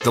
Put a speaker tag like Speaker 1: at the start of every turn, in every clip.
Speaker 1: The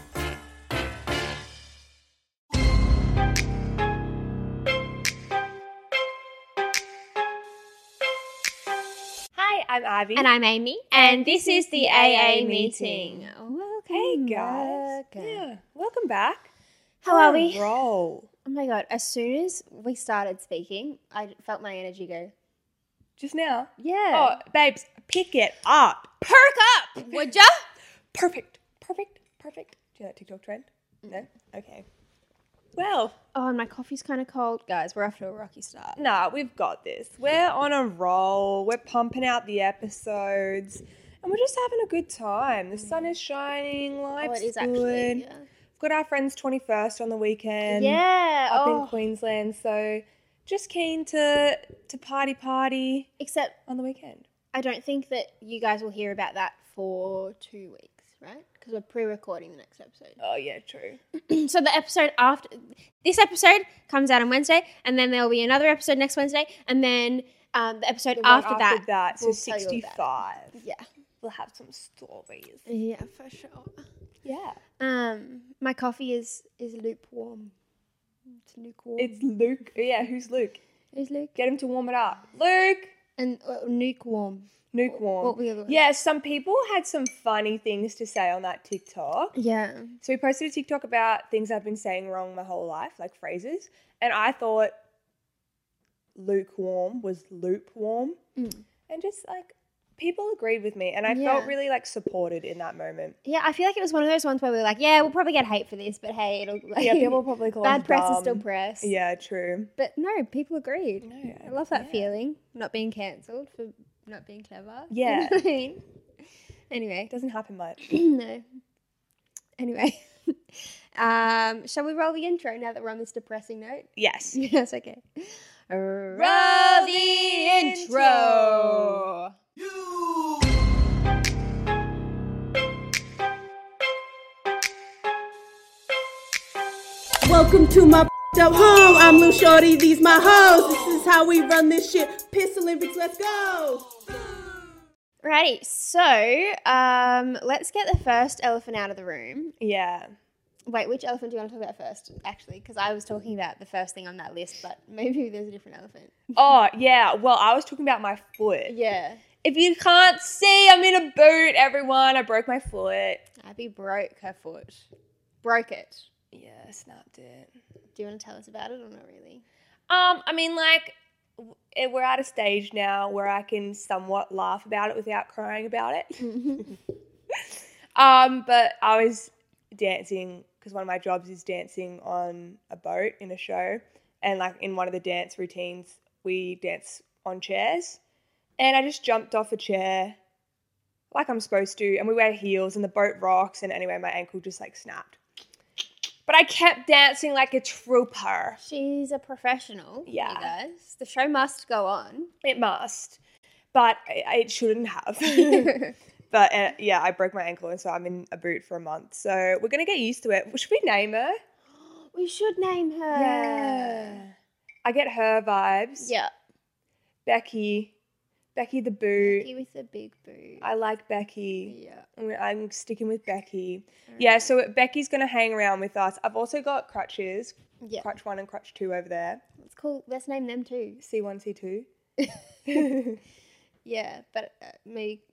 Speaker 2: Hi, I'm Ivy.
Speaker 3: And I'm Amy.
Speaker 2: And this is the AA meeting.
Speaker 3: Welcome.
Speaker 2: Hey guys.
Speaker 3: back.
Speaker 2: Yeah. Welcome back.
Speaker 3: How are we?
Speaker 2: Roll.
Speaker 3: Oh my god, as soon as we started speaking, I felt my energy go,
Speaker 2: Just now.
Speaker 3: yeah.
Speaker 2: Oh, babes, pick it up. Perk up.
Speaker 3: Would ya?
Speaker 2: Perfect. Perfect. Perfect. Do you know that TikTok trend?
Speaker 3: Mm.
Speaker 2: No. Okay. Well,
Speaker 3: Oh, and my coffee's kind of cold. Guys, we're off to a rocky start.
Speaker 2: nah, we've got this. We're on a roll. We're pumping out the episodes, and we're just having a good time. The sun is shining.
Speaker 3: Oh,
Speaker 2: Life's
Speaker 3: it is
Speaker 2: good.
Speaker 3: actually. Yeah.
Speaker 2: We've got our friends twenty first on the weekend.
Speaker 3: yeah.
Speaker 2: up in
Speaker 3: Oh,
Speaker 2: Queensland. So just keen to to party party
Speaker 3: except
Speaker 2: on the weekend.
Speaker 3: I don't think that you guys will hear about that for two weeks, right? Because we're pre-recording the next episode.
Speaker 2: Oh yeah, true.
Speaker 3: so the episode after this episode comes out on Wednesday, and then there will be another episode next Wednesday, and then um, the episode
Speaker 2: The one
Speaker 3: after, that.
Speaker 2: so
Speaker 3: we'll tell you
Speaker 2: sixty
Speaker 3: about
Speaker 2: five.
Speaker 3: Yeah.
Speaker 2: We'll have some stories.
Speaker 3: Yeah, for sure.
Speaker 2: Yeah,
Speaker 3: Um, my coffee is is lukewarm. It's lukewarm.
Speaker 2: it's Luke. Yeah, who's Luke?
Speaker 3: It's luke
Speaker 2: Get him to warm it up. Luke,
Speaker 3: and uh, lukewarm.
Speaker 2: Nuke
Speaker 3: What
Speaker 2: warm.
Speaker 3: were the other ones?
Speaker 2: Yeah, some people had some funny things to say on that TikTok.
Speaker 3: Yeah.
Speaker 2: So we posted a TikTok about things I've been saying wrong my whole life, like phrases, and I thought lukewarm was lukewarm,
Speaker 3: Mm.
Speaker 2: and just like people agreed with me, and I felt
Speaker 3: Yeah.
Speaker 2: really like supported in that moment.
Speaker 3: Yeah, I feel like it was one of those ones where we were like, yeah, we'll probably get hate for this, but hey, it'll
Speaker 2: Yeah, people probably call
Speaker 3: bad
Speaker 2: us
Speaker 3: press is
Speaker 2: dumb.
Speaker 3: still press.
Speaker 2: Yeah, true.
Speaker 3: But no, people agreed.
Speaker 2: No,
Speaker 3: I love that
Speaker 2: yeah.
Speaker 3: feeling, not being cancelled for not being clever.
Speaker 2: Yeah.
Speaker 3: You know what I mean? Anyway,
Speaker 2: It doesn't happen much.
Speaker 3: no. Anyway, um, shall we roll the intro now that we're on this depressing note?
Speaker 2: Yes.
Speaker 3: yes, okay. Roll
Speaker 2: the
Speaker 3: intro.
Speaker 4: Welcome to my out home. I'm Lou Shorty. These my hoes. This is how we run this shit. Piss Olympics. Let's go.
Speaker 3: Righty, so um, let's get the first elephant out of the room.
Speaker 2: Yeah.
Speaker 3: Wait, which elephant do you want to talk about first? Actually, because I was talking about the first thing on that list, but maybe there's a different elephant.
Speaker 2: Oh, yeah. Well, I was talking about my foot.
Speaker 3: Yeah,
Speaker 2: If you can't see, I'm in a boot, everyone. I broke my foot.
Speaker 3: Abby broke her foot. Broke it.
Speaker 2: Yeah, snapped it.
Speaker 3: Do you want to tell us about it or not really?
Speaker 2: Um, I mean, like, w- eh, we're at a stage now where I can somewhat laugh about it without crying about it. Um, but I was dancing because one of my jobs is dancing on a boat in a show, and like in one of the dance routines, we dance on chairs, and I just jumped off a chair. Like I'm supposed to, and we wear heels, and the boat rocks, and anyway, my ankle just like snapped. But I kept dancing like a trooper.
Speaker 3: She's a professional.
Speaker 2: Yeah.
Speaker 3: You guys. The show must go on.
Speaker 2: It must, but i- it shouldn't have. but uh, yeah, I broke my ankle, and so I'm in a boot for a month. So we're gonna get used to it. Should we name her?
Speaker 3: we should name her.
Speaker 2: I get her vibes.
Speaker 3: Yeah.
Speaker 2: Becky, Becky the boot.
Speaker 3: Becky with the big boot.
Speaker 2: I like Becky.
Speaker 3: yeah.
Speaker 2: I'm- I'm sticking with Becky. Yeah, so Becky's gonna hang around with us. I've also got crutches,
Speaker 3: Yeah.
Speaker 2: crutch one and crutch two over there.
Speaker 3: It's cool. Let's name them too.
Speaker 2: C one, C two.
Speaker 3: Yeah, but uh, maybe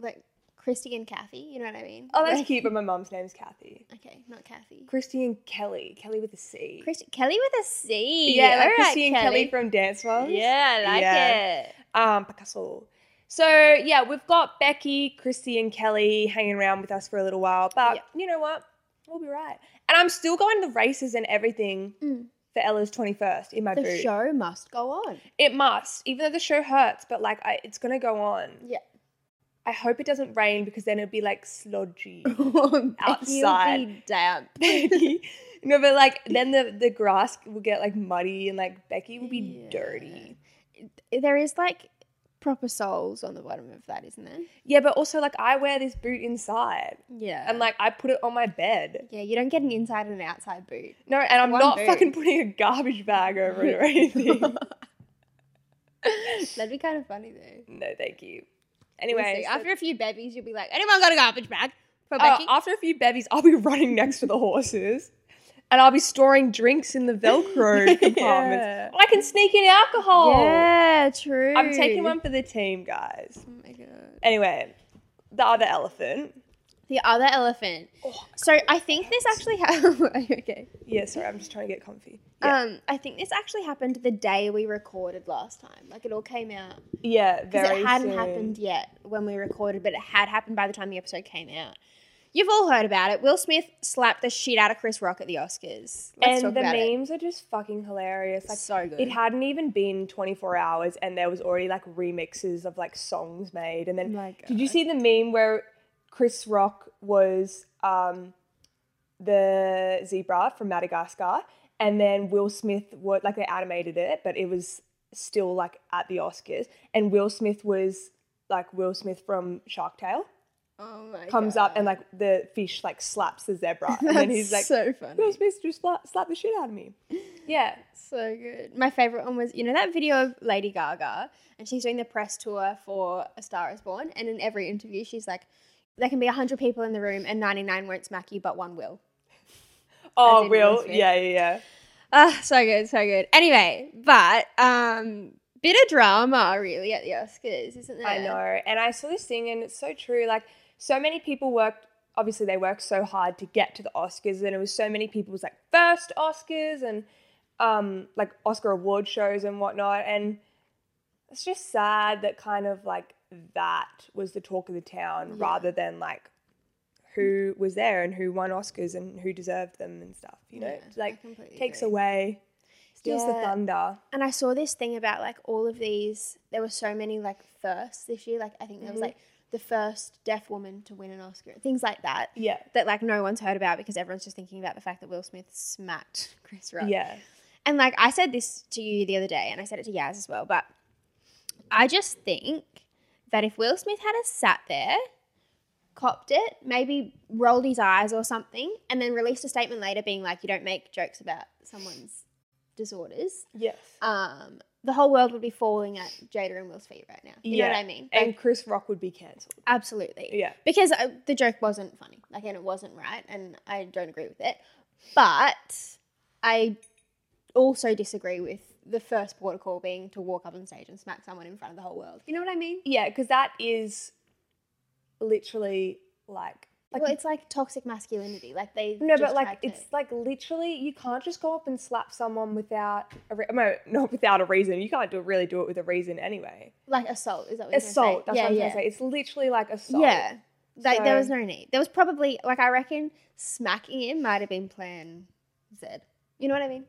Speaker 3: like Christy and Kathy. You know what I mean?
Speaker 2: Oh, that's
Speaker 3: Like-
Speaker 2: cute, but my mum's name's Kathy.
Speaker 3: Okay, not Kathy.
Speaker 2: Christy and Kelly, Kelly with a C.
Speaker 3: Christy Kelly with a C.
Speaker 2: Yeah, like
Speaker 3: All right,
Speaker 2: Christy and Kelly from Dance Moms.
Speaker 3: Yeah, I like
Speaker 2: Yeah.
Speaker 3: it.
Speaker 2: Um, Picasso. So yeah, we've got Becky, Christy, and Kelly hanging around with us for a little while, but
Speaker 3: Yeah.
Speaker 2: you know what? We'll be right. And I'm still going to the races and everything
Speaker 3: Mm.
Speaker 2: for Ella's 21st in my
Speaker 3: The
Speaker 2: boot.
Speaker 3: show must go on.
Speaker 2: It must, even though the show hurts, but like I, it's gonna go on.
Speaker 3: Yeah.
Speaker 2: I hope it doesn't rain because then it'll be like sludgy.
Speaker 3: Outside.
Speaker 2: Outside.
Speaker 3: damp.
Speaker 2: Becky, No, but like then the the grass will get like muddy and like Becky will be
Speaker 3: Yeah.
Speaker 2: dirty.
Speaker 3: There is like proper soles on the bottom of that, isn't there?
Speaker 2: Yeah, but also like I wear this boot inside.
Speaker 3: Yeah.
Speaker 2: And like I put it on my bed.
Speaker 3: yeah, you don't get an inside and an outside boot.
Speaker 2: No, and I'm
Speaker 3: One
Speaker 2: not
Speaker 3: boot.
Speaker 2: fucking putting a garbage bag over it or anything.
Speaker 3: That'd be kind of funny though.
Speaker 2: no, thank you.
Speaker 3: We'll
Speaker 2: Anyway,
Speaker 3: see.
Speaker 2: so-
Speaker 3: after a few babies, you'll be like, anyone got a garbage bag for
Speaker 2: Oh,
Speaker 3: Becky?
Speaker 2: after a few bevies, I'll be running next to the horses. And I'll be storing drinks in the Velcro compartments.
Speaker 3: Yeah.
Speaker 2: I can sneak in alcohol.
Speaker 3: yeah, true.
Speaker 2: oh. I'm taking one for the team, guys.
Speaker 3: Oh my god.
Speaker 2: Anyway, the other elephant.
Speaker 3: The other elephant.
Speaker 2: Oh,
Speaker 3: so I think this actually happened. okay.
Speaker 2: Yeah, sorry, I'm just trying to get comfy. Yeah,
Speaker 3: Um, I think this actually happened the day we recorded last time. Like it all came out
Speaker 2: yeah
Speaker 3: because
Speaker 2: very
Speaker 3: it hadn't
Speaker 2: soon.
Speaker 3: happened yet when we recorded, but it had happened by the time the episode came out. You've all heard about it. Will Smith slapped the shit out of Chris Rock at the Oscars. Let's
Speaker 2: and
Speaker 3: talk
Speaker 2: the
Speaker 3: about it.
Speaker 2: memes are just fucking hilarious. Like
Speaker 3: So good.
Speaker 2: It hadn't even been 24 hours, and there was already like remixes of like songs made. And then
Speaker 3: My
Speaker 2: did you see the meme where Chris Rock was um, the zebra from Madagascar, and then Will Smith was like they animated it, but it was still like at the Oscars, and Will Smith was like Will Smith from Shark Tale
Speaker 3: Oh my
Speaker 2: comes
Speaker 3: God.
Speaker 2: up and like the fish like slaps the zebra, and then he's like.
Speaker 3: so
Speaker 2: Will
Speaker 3: funny.
Speaker 2: Smith just slap, slap the shit out of me. Yeah.
Speaker 3: So good. My favorite one was, you know, that video of Lady Gaga and she's doing the press tour for A Star is Born. And in every interview, she's like, there can be 100 people in the room and 99 won't smack you, but one will.
Speaker 2: Oh,
Speaker 3: in Will
Speaker 2: Will.
Speaker 3: Smith.
Speaker 2: Yeah, yeah, yeah.
Speaker 3: Ah, so good, so good. Anyway, but um, bit of drama really at the Oscars, isn't there?
Speaker 2: I know. And I saw this thing, and it's so true. Like, so many people worked, obviously, they worked so hard to get to the Oscars, and it was so many people's like first Oscars and um, like Oscar award shows and whatnot. And it's just sad that kind of like that was the talk of the town rather than like who was there and who won Oscars and who deserved them and stuff, you know?
Speaker 3: Yeah,
Speaker 2: It's
Speaker 3: I
Speaker 2: like,
Speaker 3: completely
Speaker 2: takes
Speaker 3: agree.
Speaker 2: away, steals the
Speaker 3: Yeah.
Speaker 2: thunder.
Speaker 3: And I saw this thing about like all of these. There were so many like firsts this year. Like I think there was like the first deaf woman to win an Oscar, things like that.
Speaker 2: Yeah.
Speaker 3: that like no one's heard about because everyone's just thinking about the fact that Will Smith smacked Chris Rock.
Speaker 2: Yeah.
Speaker 3: And like I said this to you the other day and I said it to Yaz as well, but I just think that if Will Smith had a sat there, copped it, maybe rolled his eyes or something, and then released a statement later being like, you don't make jokes about someone's disorders,
Speaker 2: Yes.
Speaker 3: um, the whole world would be falling at Jada and Will's feet right now. You know what I mean? Like,
Speaker 2: and Chris Rock would be cancelled.
Speaker 3: Absolutely.
Speaker 2: Yeah.
Speaker 3: Because uh, the joke wasn't funny, like, and it wasn't right, and I don't agree with it. But I also disagree with the first port of call being to walk up on stage and smack someone in front of the whole world. You know what I mean?
Speaker 2: Yeah, because that is literally like like
Speaker 3: well, it's like toxic masculinity. Like they
Speaker 2: no,
Speaker 3: just
Speaker 2: but like
Speaker 3: tried to-
Speaker 2: it's like literally you can't just go up and slap someone without a re- no, not without a reason. You can't do really do it with a reason anyway.
Speaker 3: like assault. Is that what you're gonna say?
Speaker 2: Assault. That's
Speaker 3: yeah,
Speaker 2: what I'm
Speaker 3: yeah.
Speaker 2: trying to say. It's literally like assault.
Speaker 3: Yeah. Like there
Speaker 2: So-
Speaker 3: was no need. There was probably like I reckon smacking him might have been Plan Z. You know what I mean?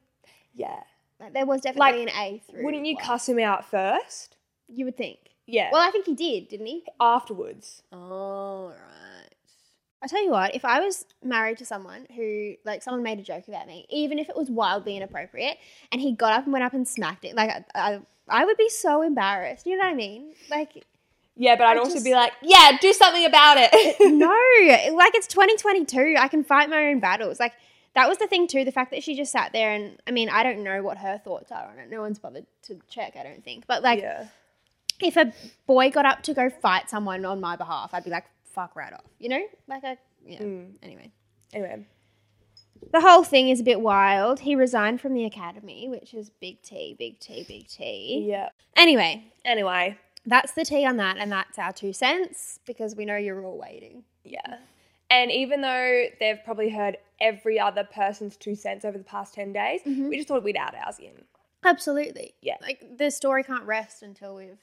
Speaker 2: yeah.
Speaker 3: Like there was definitely an A through.
Speaker 2: Wouldn't you
Speaker 3: Y.
Speaker 2: cuss him out first?
Speaker 3: You would think.
Speaker 2: Yeah.
Speaker 3: Well, Oh. I think he did, didn't he?
Speaker 2: afterwards.
Speaker 3: All right. I tell you what, if I was married to someone who, like, someone made a joke about me, even if it was wildly inappropriate, and he got up and went up and smacked it, like, I, I, I would be so embarrassed. You know what I mean? Like,
Speaker 2: Yeah, but I'd also
Speaker 3: just-
Speaker 2: be like, yeah, do something about it.
Speaker 3: no, like, it's 2022. I can fight my own battles. Like, that was the thing, too, the fact that she just sat there and, I mean, I don't know what her thoughts are on it. No one's bothered to check, I don't think. But, like,
Speaker 2: yeah.
Speaker 3: if a boy got up to go fight someone on my behalf, I'd be like, fuck right off. You know? Like, I, yeah.
Speaker 2: Mm.
Speaker 3: Anyway.
Speaker 2: Anyway.
Speaker 3: The whole thing is a bit wild. He resigned from the academy, which is big T, big T, big T.
Speaker 2: Yeah.
Speaker 3: Anyway,
Speaker 2: Anyway.
Speaker 3: that's the T on that, and that's our two cents because we know you're all waiting.
Speaker 2: Yeah. And even though they've probably heard every other person's two cents over the past 10 days,
Speaker 3: Mm-hmm.
Speaker 2: we just thought we'd add ours in.
Speaker 3: Absolutely.
Speaker 2: Yeah.
Speaker 3: Like the story can't rest until we've.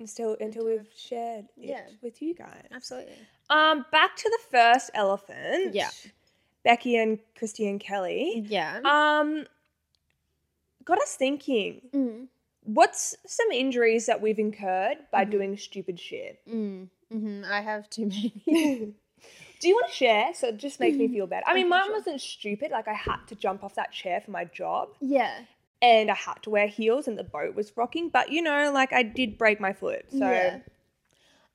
Speaker 2: Until, until we've shared it
Speaker 3: Yeah.
Speaker 2: with you guys.
Speaker 3: Absolutely.
Speaker 2: Um, back to the first elephant.
Speaker 3: Yeah. Mm-hmm.
Speaker 2: Becky and Christian Kelly.
Speaker 3: Yeah.
Speaker 2: Um, got us thinking.
Speaker 3: Mm.
Speaker 2: What's some injuries that we've
Speaker 3: Mm-hmm.
Speaker 2: incurred by doing stupid shit?
Speaker 3: Mm. hmm I have too many.
Speaker 2: Do you want to share? So it just makes
Speaker 3: Mm-hmm.
Speaker 2: me feel better. I mean, mine wasn't stupid. Like I had to jump off that chair for my job,
Speaker 3: Yeah.
Speaker 2: and I had to wear heels, and the boat was rocking. But you know, like I did break my foot, so
Speaker 3: Yeah.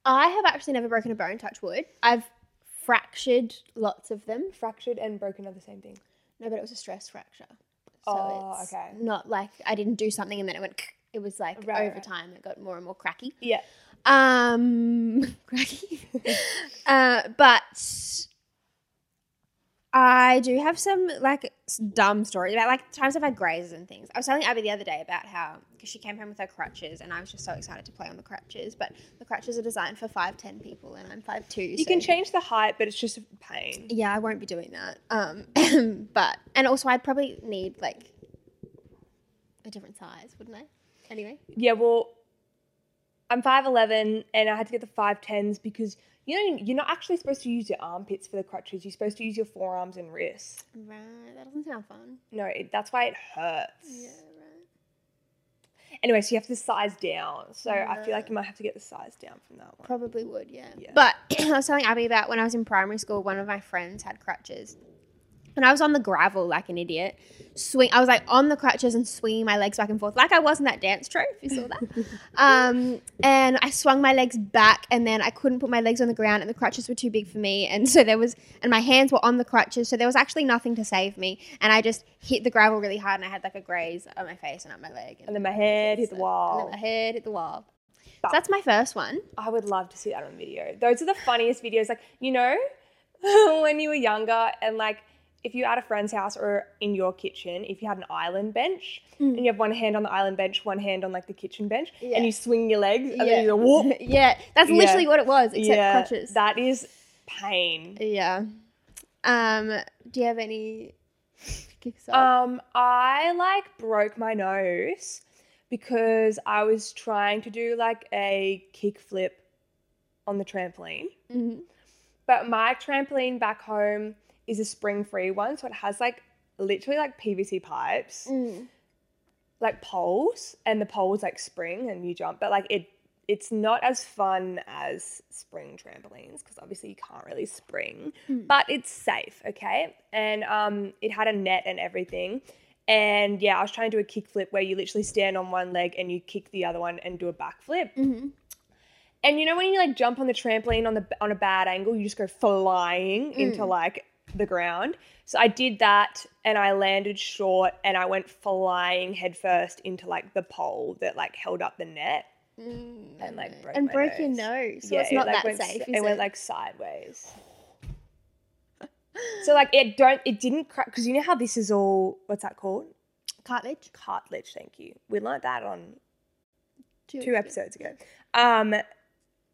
Speaker 3: I have actually never broken a bone, touch wood. I've fractured lots of them.
Speaker 2: fractured and broken are the same thing.
Speaker 3: No, but it was a stress fracture. So
Speaker 2: Oh,
Speaker 3: it's
Speaker 2: okay.
Speaker 3: Not like I didn't do something and then it went. It was like
Speaker 2: Right,
Speaker 3: over
Speaker 2: right.
Speaker 3: time it got more and more cracky.
Speaker 2: Yeah.
Speaker 3: Um, cracky. uh, but I do have some like s- dumb stories about like times I've had grazes and things. I was telling Abby the other day about how because she came home with her crutches and I was just so excited to play on the crutches, but the crutches are designed for five ten people and I'm five two.
Speaker 2: You can change the height, but it's just a pain.
Speaker 3: Yeah, I won't be doing that. Um, but and also I'd probably need like a different size, wouldn't I? Anyway.
Speaker 2: Yeah, well, I'm 5'11 and I had to get the 5'10s because you know you're not actually supposed to use your armpits for the crutches. You're supposed to use your forearms and wrists.
Speaker 3: Right. That doesn't sound fun.
Speaker 2: No, it, that's why it hurts.
Speaker 3: Yeah.
Speaker 2: Anyway, so you have to size down. So I feel like you might have to get the size down from that one.
Speaker 3: Probably would, yeah.
Speaker 2: Yeah.
Speaker 3: But I was telling Abby about when I was in primary school, one of my friends had crutches. And I was on the gravel like an idiot. Swing I was like on the crutches and swinging my legs back and forth, like I was in that dance troupe, if you saw that. um, and I swung my legs back and then I couldn't put my legs on the ground and the crutches were too big for me. And so there was and my hands were on the crutches, so there was actually nothing to save me. And I just hit the gravel really hard and I had like a graze on my face and up my leg.
Speaker 2: And then my head hit the
Speaker 3: And
Speaker 2: wall.
Speaker 3: then my head hit the wall. So
Speaker 2: But-
Speaker 3: that's my first one.
Speaker 2: I would love to see that on video. Those are the funniest videos. Like, you know, when you were younger and like if you're at a friend's house or in your kitchen, if you had an island bench
Speaker 3: Mm.
Speaker 2: and you have one hand on the island bench, one hand on like the kitchen bench,
Speaker 3: Yeah.
Speaker 2: and you swing your legs and then you go whoop.
Speaker 3: yeah, that's
Speaker 2: Yeah.
Speaker 3: literally what it was, except
Speaker 2: yeah,
Speaker 3: crutches.
Speaker 2: that is pain.
Speaker 3: yeah. Um, do you have any? Kicks off?
Speaker 2: Um, I like broke my nose because I was trying to do like a kickflip on the trampoline.
Speaker 3: Mhm.
Speaker 2: But my trampoline back home is a spring free one, so it has like literally like PVC pipes,
Speaker 3: Mm.
Speaker 2: like poles, and the poles like spring and you jump. But like it, it's not as fun as spring trampolines because obviously you can't really spring, but it's safe, okay? And um, it had a net and everything. And yeah, I was trying to do a kickflip where you literally stand on one leg and you kick the other one and do a backflip.
Speaker 3: mm-hmm.
Speaker 2: And you know when you like jump on the trampoline on the on a bad angle, you just go flying
Speaker 3: Mm.
Speaker 2: into like the ground. So I did that and I landed short and I went flying headfirst into like the pole that like held up the net and like broke
Speaker 3: Mm. and
Speaker 2: my
Speaker 3: broke your nose, so it's
Speaker 2: it,
Speaker 3: not
Speaker 2: like,
Speaker 3: that
Speaker 2: went,
Speaker 3: safe.
Speaker 2: s-
Speaker 3: is
Speaker 2: it went like sideways. so like it don't it didn't crack because you know how this is all what's that called
Speaker 3: cartilage.
Speaker 2: cartilage. Thank you. We learnt that on two
Speaker 3: Two
Speaker 2: episodes ago. Um,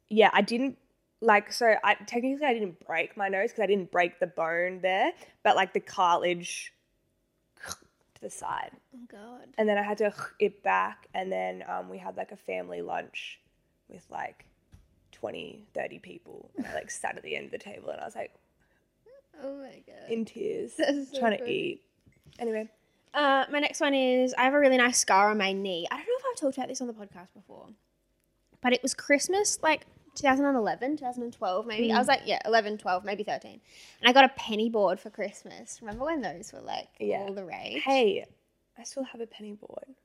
Speaker 2: yeah, I didn't like so. I technically I didn't break my nose because I didn't break the bone there, but like the cartilage to the side,
Speaker 3: Oh God.
Speaker 2: and then I had to it back, and then um, we had like a family lunch with like 20, 30 people, and I like sat at the end of the table, and I was like
Speaker 3: Oh my God.
Speaker 2: in tears,
Speaker 3: That's so
Speaker 2: trying to
Speaker 3: funny.
Speaker 2: eat. Anyway,
Speaker 3: Uh, my next one is I have a really nice scar on my knee. I don't know if I've talked about this on the podcast before, but it was Christmas, like 2011, 2012, maybe. I was like, yeah, 11, 12, maybe 13. And I got a penny board for Christmas. Remember when those were like
Speaker 2: Yeah.
Speaker 3: all the rage?
Speaker 2: hey. I still have a penny board.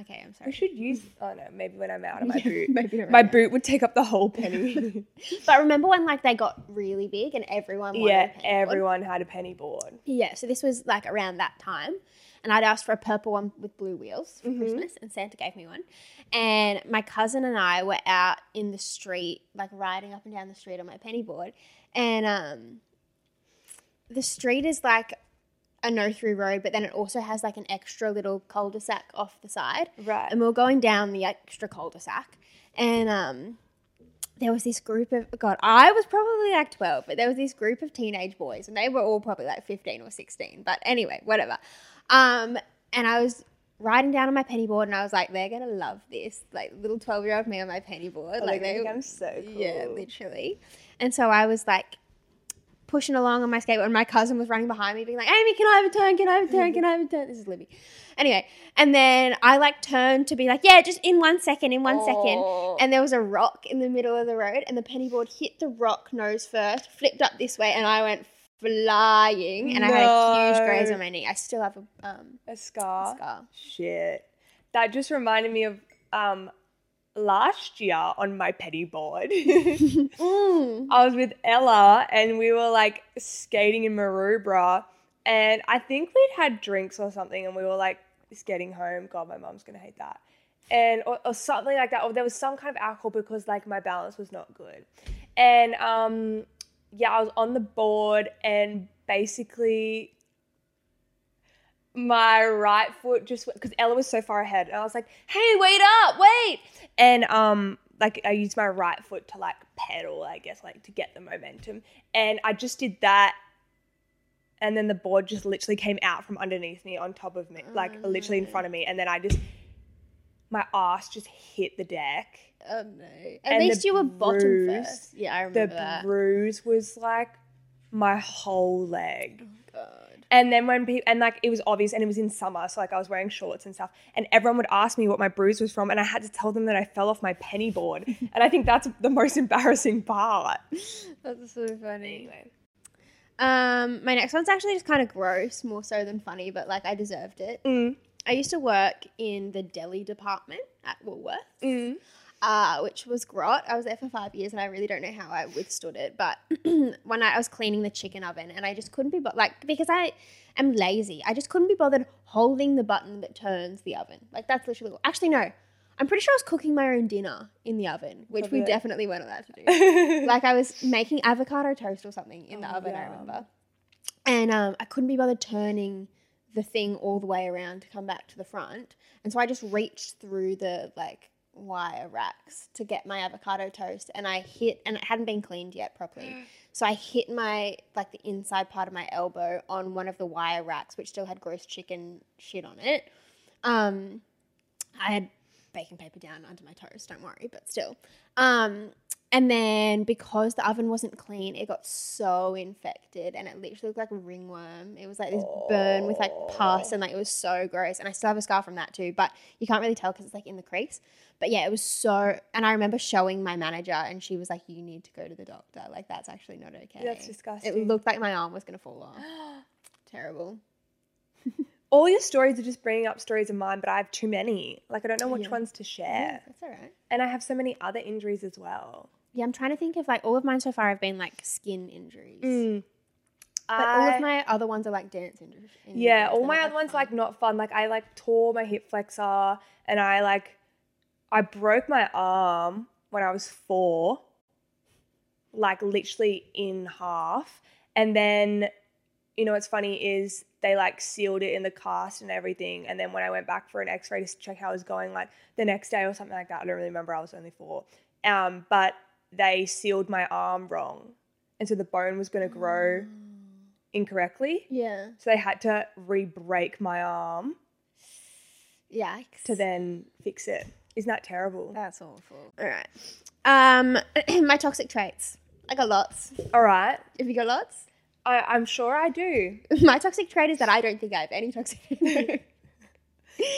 Speaker 3: Okay, I'm
Speaker 2: I
Speaker 3: sorry.
Speaker 2: should use. Oh no, maybe when I'm out of my boot,
Speaker 3: maybe not
Speaker 2: my
Speaker 3: right now.
Speaker 2: boot would take up the whole penny.
Speaker 3: But remember when like they got really big and everyone wanted
Speaker 2: Yeah,
Speaker 3: a penny board?
Speaker 2: everyone had a penny board.
Speaker 3: Yeah, so this was like around that time. And I'd asked for a purple one with blue wheels for Christmas, and Santa gave me one. And my cousin and I were out in the street, like riding up and down the street on my penny board. And um, the street is like a no through road, but then it also has like an extra little cul de sac off the side.
Speaker 2: Right.
Speaker 3: And we were going down the extra cul de sac. And um, there was this group of God, I was probably like twelve, but there was this group of teenage boys, and they were all probably like fifteen or sixteen. But anyway, whatever. Um, and I was riding down on my penny board, and I was like, "They're gonna love this." Like little twelve-year-old me on my penny board,
Speaker 2: Like,
Speaker 3: like
Speaker 2: they
Speaker 3: they,
Speaker 2: think I'm so cool.
Speaker 3: yeah, literally. And so I was like pushing along on my skateboard, and my cousin was running behind me, being like, "Amy, can I overturn? Can I overturn? Can I overturn?" This is Libby. Anyway, and then I like turned to be like, "Yeah, just in one second, in one second."
Speaker 2: Oh.
Speaker 3: And there was a rock in the middle of the road, and the penny board hit the rock nose first, flipped up this way, and I went flying, and I had a huge graze
Speaker 2: No.
Speaker 3: on my knee. I still have a um,
Speaker 2: A scar.
Speaker 3: scar.
Speaker 2: Shit. That just reminded me of um last year on my petty board.
Speaker 3: Mm.
Speaker 2: I was with Ella and we were like skating in Maroubra and I think we'd had drinks or something and we were like just getting home. God, my mom's gonna hate that. And or, or something like that. Or there was some kind of alcohol because like my balance was not good. And um yeah, I was on the board and basically my right foot just went because Ella was so far ahead, and I was like, "Hey, wait up, wait!" And um, like I used my right foot to like pedal, I guess, like to get the momentum, and I just did that, and then the board just literally came out from underneath me, on top of me, like literally in front of me, and then I just my ass just hit the deck.
Speaker 3: Oh no! At
Speaker 2: And the
Speaker 3: least you were bottom
Speaker 2: bruise-
Speaker 3: first. Yeah, I remember
Speaker 2: The
Speaker 3: that.
Speaker 2: bruise was like my whole leg.
Speaker 3: Oh, God.
Speaker 2: And then when people and like it was obvious and it was in summer, so like I was wearing shorts and stuff, and everyone would ask me what my bruise was from, and I had to tell them that I fell off my penny board. and I think that's the most embarrassing part.
Speaker 3: That's so funny.
Speaker 2: Anyway.
Speaker 3: Um, my next one's actually just kind of gross, more so than funny, but like I deserved it.
Speaker 2: Mm.
Speaker 3: I used to work in the deli department at Woolworths,
Speaker 2: Mm.
Speaker 3: uh, which was grot. I was there for five years, and I really don't know how I withstood it. But one night I was cleaning the chicken oven, and I just couldn't be bo- like because I am lazy. I just couldn't be bothered holding the button that turns the oven. Like that's literally actually no. I'm pretty sure I was cooking my own dinner in the oven, which we
Speaker 2: Probably.
Speaker 3: definitely weren't allowed to do like I was making avocado toast or something in the
Speaker 2: Oh,
Speaker 3: oven, I
Speaker 2: yum.
Speaker 3: remember. And um, I couldn't be bothered turning the thing all the way around to come back to the front. And so I just reached through the like wire racks to get my avocado toast and I hit and it hadn't been cleaned yet properly. So I hit my like the inside part of my elbow on one of the wire racks which still had gross chicken shit on it. Um I had baking paper down under my toast, don't worry, but still. Um, and then because the oven wasn't clean, it got so infected and it literally looked like ringworm. It was like this burn with like pus and like it was so gross. And I still have a scar from that too, but you can't really tell because it's like in the crease. But yeah, it was so. And I remember showing my manager and she was like, You need to go to the doctor. Like, that's actually not okay.
Speaker 2: That's
Speaker 3: It
Speaker 2: disgusting.
Speaker 3: looked like my arm was going to fall off. Terrible.
Speaker 2: All your stories are just bringing up stories of mine, but I have too many. Like I don't know which
Speaker 3: Yeah.
Speaker 2: ones to share,
Speaker 3: That's all right.
Speaker 2: and I have so many other injuries as well.
Speaker 3: Yeah, I'm trying to think of like all of mine so far have been like skin injuries. But
Speaker 2: I-
Speaker 3: all of my other ones are like dance injuries.
Speaker 2: Yeah, all my other ones like not fun. Like I like tore my hip flexor and I like I broke my arm when I was 4. Like literally in half. And then you know what's funny is they like sealed it in the cast and everything. And then when I went back for an x-ray to check how I was going like the next day or something like that. I don't really remember. I was only 4. Um but they sealed my arm wrong. And so the bone was going to grow incorrectly.
Speaker 3: Yeah.
Speaker 2: So they had to re break my arm
Speaker 3: Yikes.
Speaker 2: to then fix it. Isn't that terrible?
Speaker 3: That's awful. All right. Um, my toxic traits. I got lots.
Speaker 2: All right.
Speaker 3: Have you got lots?
Speaker 2: I, I'm sure I do.
Speaker 3: My toxic trait is that I don't think I have any toxic.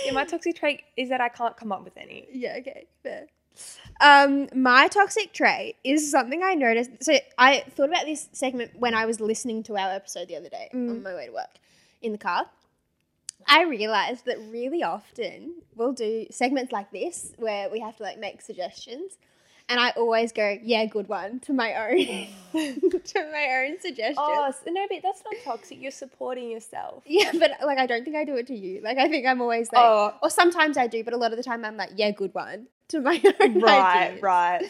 Speaker 2: Yeah, my toxic trait is that I can't come up with any.
Speaker 3: yeah. Okay. Fair. Um, my toxic trait is something I noticed. So I thought about this segment when I was listening to our episode the other day
Speaker 2: Mm.
Speaker 3: on my way to work in the car. I realized that really often we'll do segments like this where we have to like make suggestions. And I always go, yeah, good one to my own to my own
Speaker 2: so
Speaker 3: suggestion.
Speaker 2: Oh, no, but that's not toxic. You're supporting yourself.
Speaker 3: Yeah, but like I don't think I do it to you. Like I think I'm always like
Speaker 2: Oh.
Speaker 3: or sometimes I do, but a lot of the time I'm like, yeah, good one to my own.
Speaker 2: Right,
Speaker 3: ideas.
Speaker 2: right.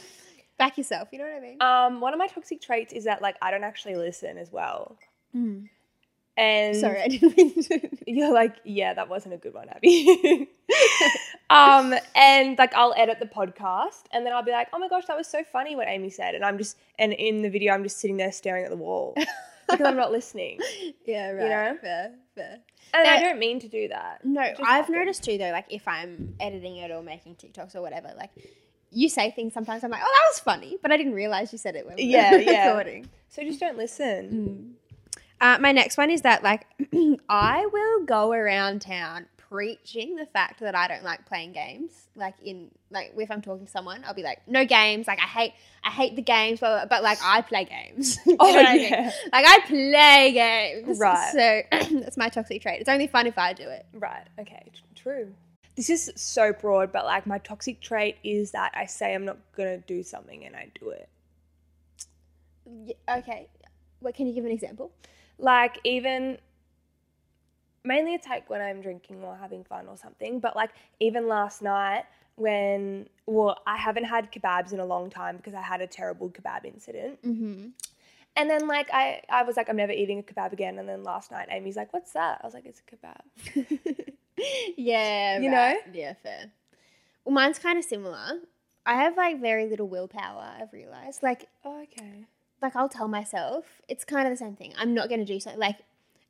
Speaker 3: Back yourself, you know what I mean?
Speaker 2: Um, one of my toxic traits is that like I don't actually listen as well. And
Speaker 3: Sorry, I didn't mean to.
Speaker 2: you're like, yeah, that wasn't a good one, Abby. um, and like I'll edit the podcast and then I'll be like, oh my gosh, that was so funny what Amy said. And I'm just and in the video I'm just sitting there staring at the wall because I'm not listening.
Speaker 3: Yeah, right.
Speaker 2: know?
Speaker 3: Fair, fair.
Speaker 2: And I
Speaker 3: That-
Speaker 2: don't mean to do that.
Speaker 3: No,
Speaker 2: It just
Speaker 3: I've
Speaker 2: happens.
Speaker 3: noticed too though, like if I'm editing it or making TikToks or whatever, like you say things sometimes. I'm like, oh, that was funny, but I didn't realize you said it when we
Speaker 2: Yeah,
Speaker 3: were
Speaker 2: yeah.
Speaker 3: recording.
Speaker 2: So just don't listen.
Speaker 3: Uh, my next one is that like I will go around town preaching the fact that I don't like playing games. Like in like if I'm talking to someone, I'll be like, no games. Like I hate I hate the games, blah, blah, blah, but like I play games. You
Speaker 2: Oh,
Speaker 3: know what I mean?
Speaker 2: yeah.
Speaker 3: Like I play games.
Speaker 2: Right.
Speaker 3: So that's my toxic trait. It's only fun if I do it.
Speaker 2: Right. Okay. t- true. This is so broad, but like my toxic trait is that I say I'm not gonna do something and I do it.
Speaker 3: Y- okay. What can you give an example?
Speaker 2: like even mainly it's like when I'm drinking or having fun or something, but like even last night when well, I haven't had kebabs in a long time because I had a terrible kebab incident.
Speaker 3: Mm-hmm.
Speaker 2: And then like I, I was like, I'm never eating a kebab again. And then last night Amy's like, What's that? I was like, It's a kebab.
Speaker 3: yeah,
Speaker 2: You
Speaker 3: right. Yeah, fair. Well, mine's kind of similar. I have like very little willpower. I've realized, like,
Speaker 2: Oh, okay.
Speaker 3: like I'll tell myself it's kind of the same thing. I'm not gonna do something like,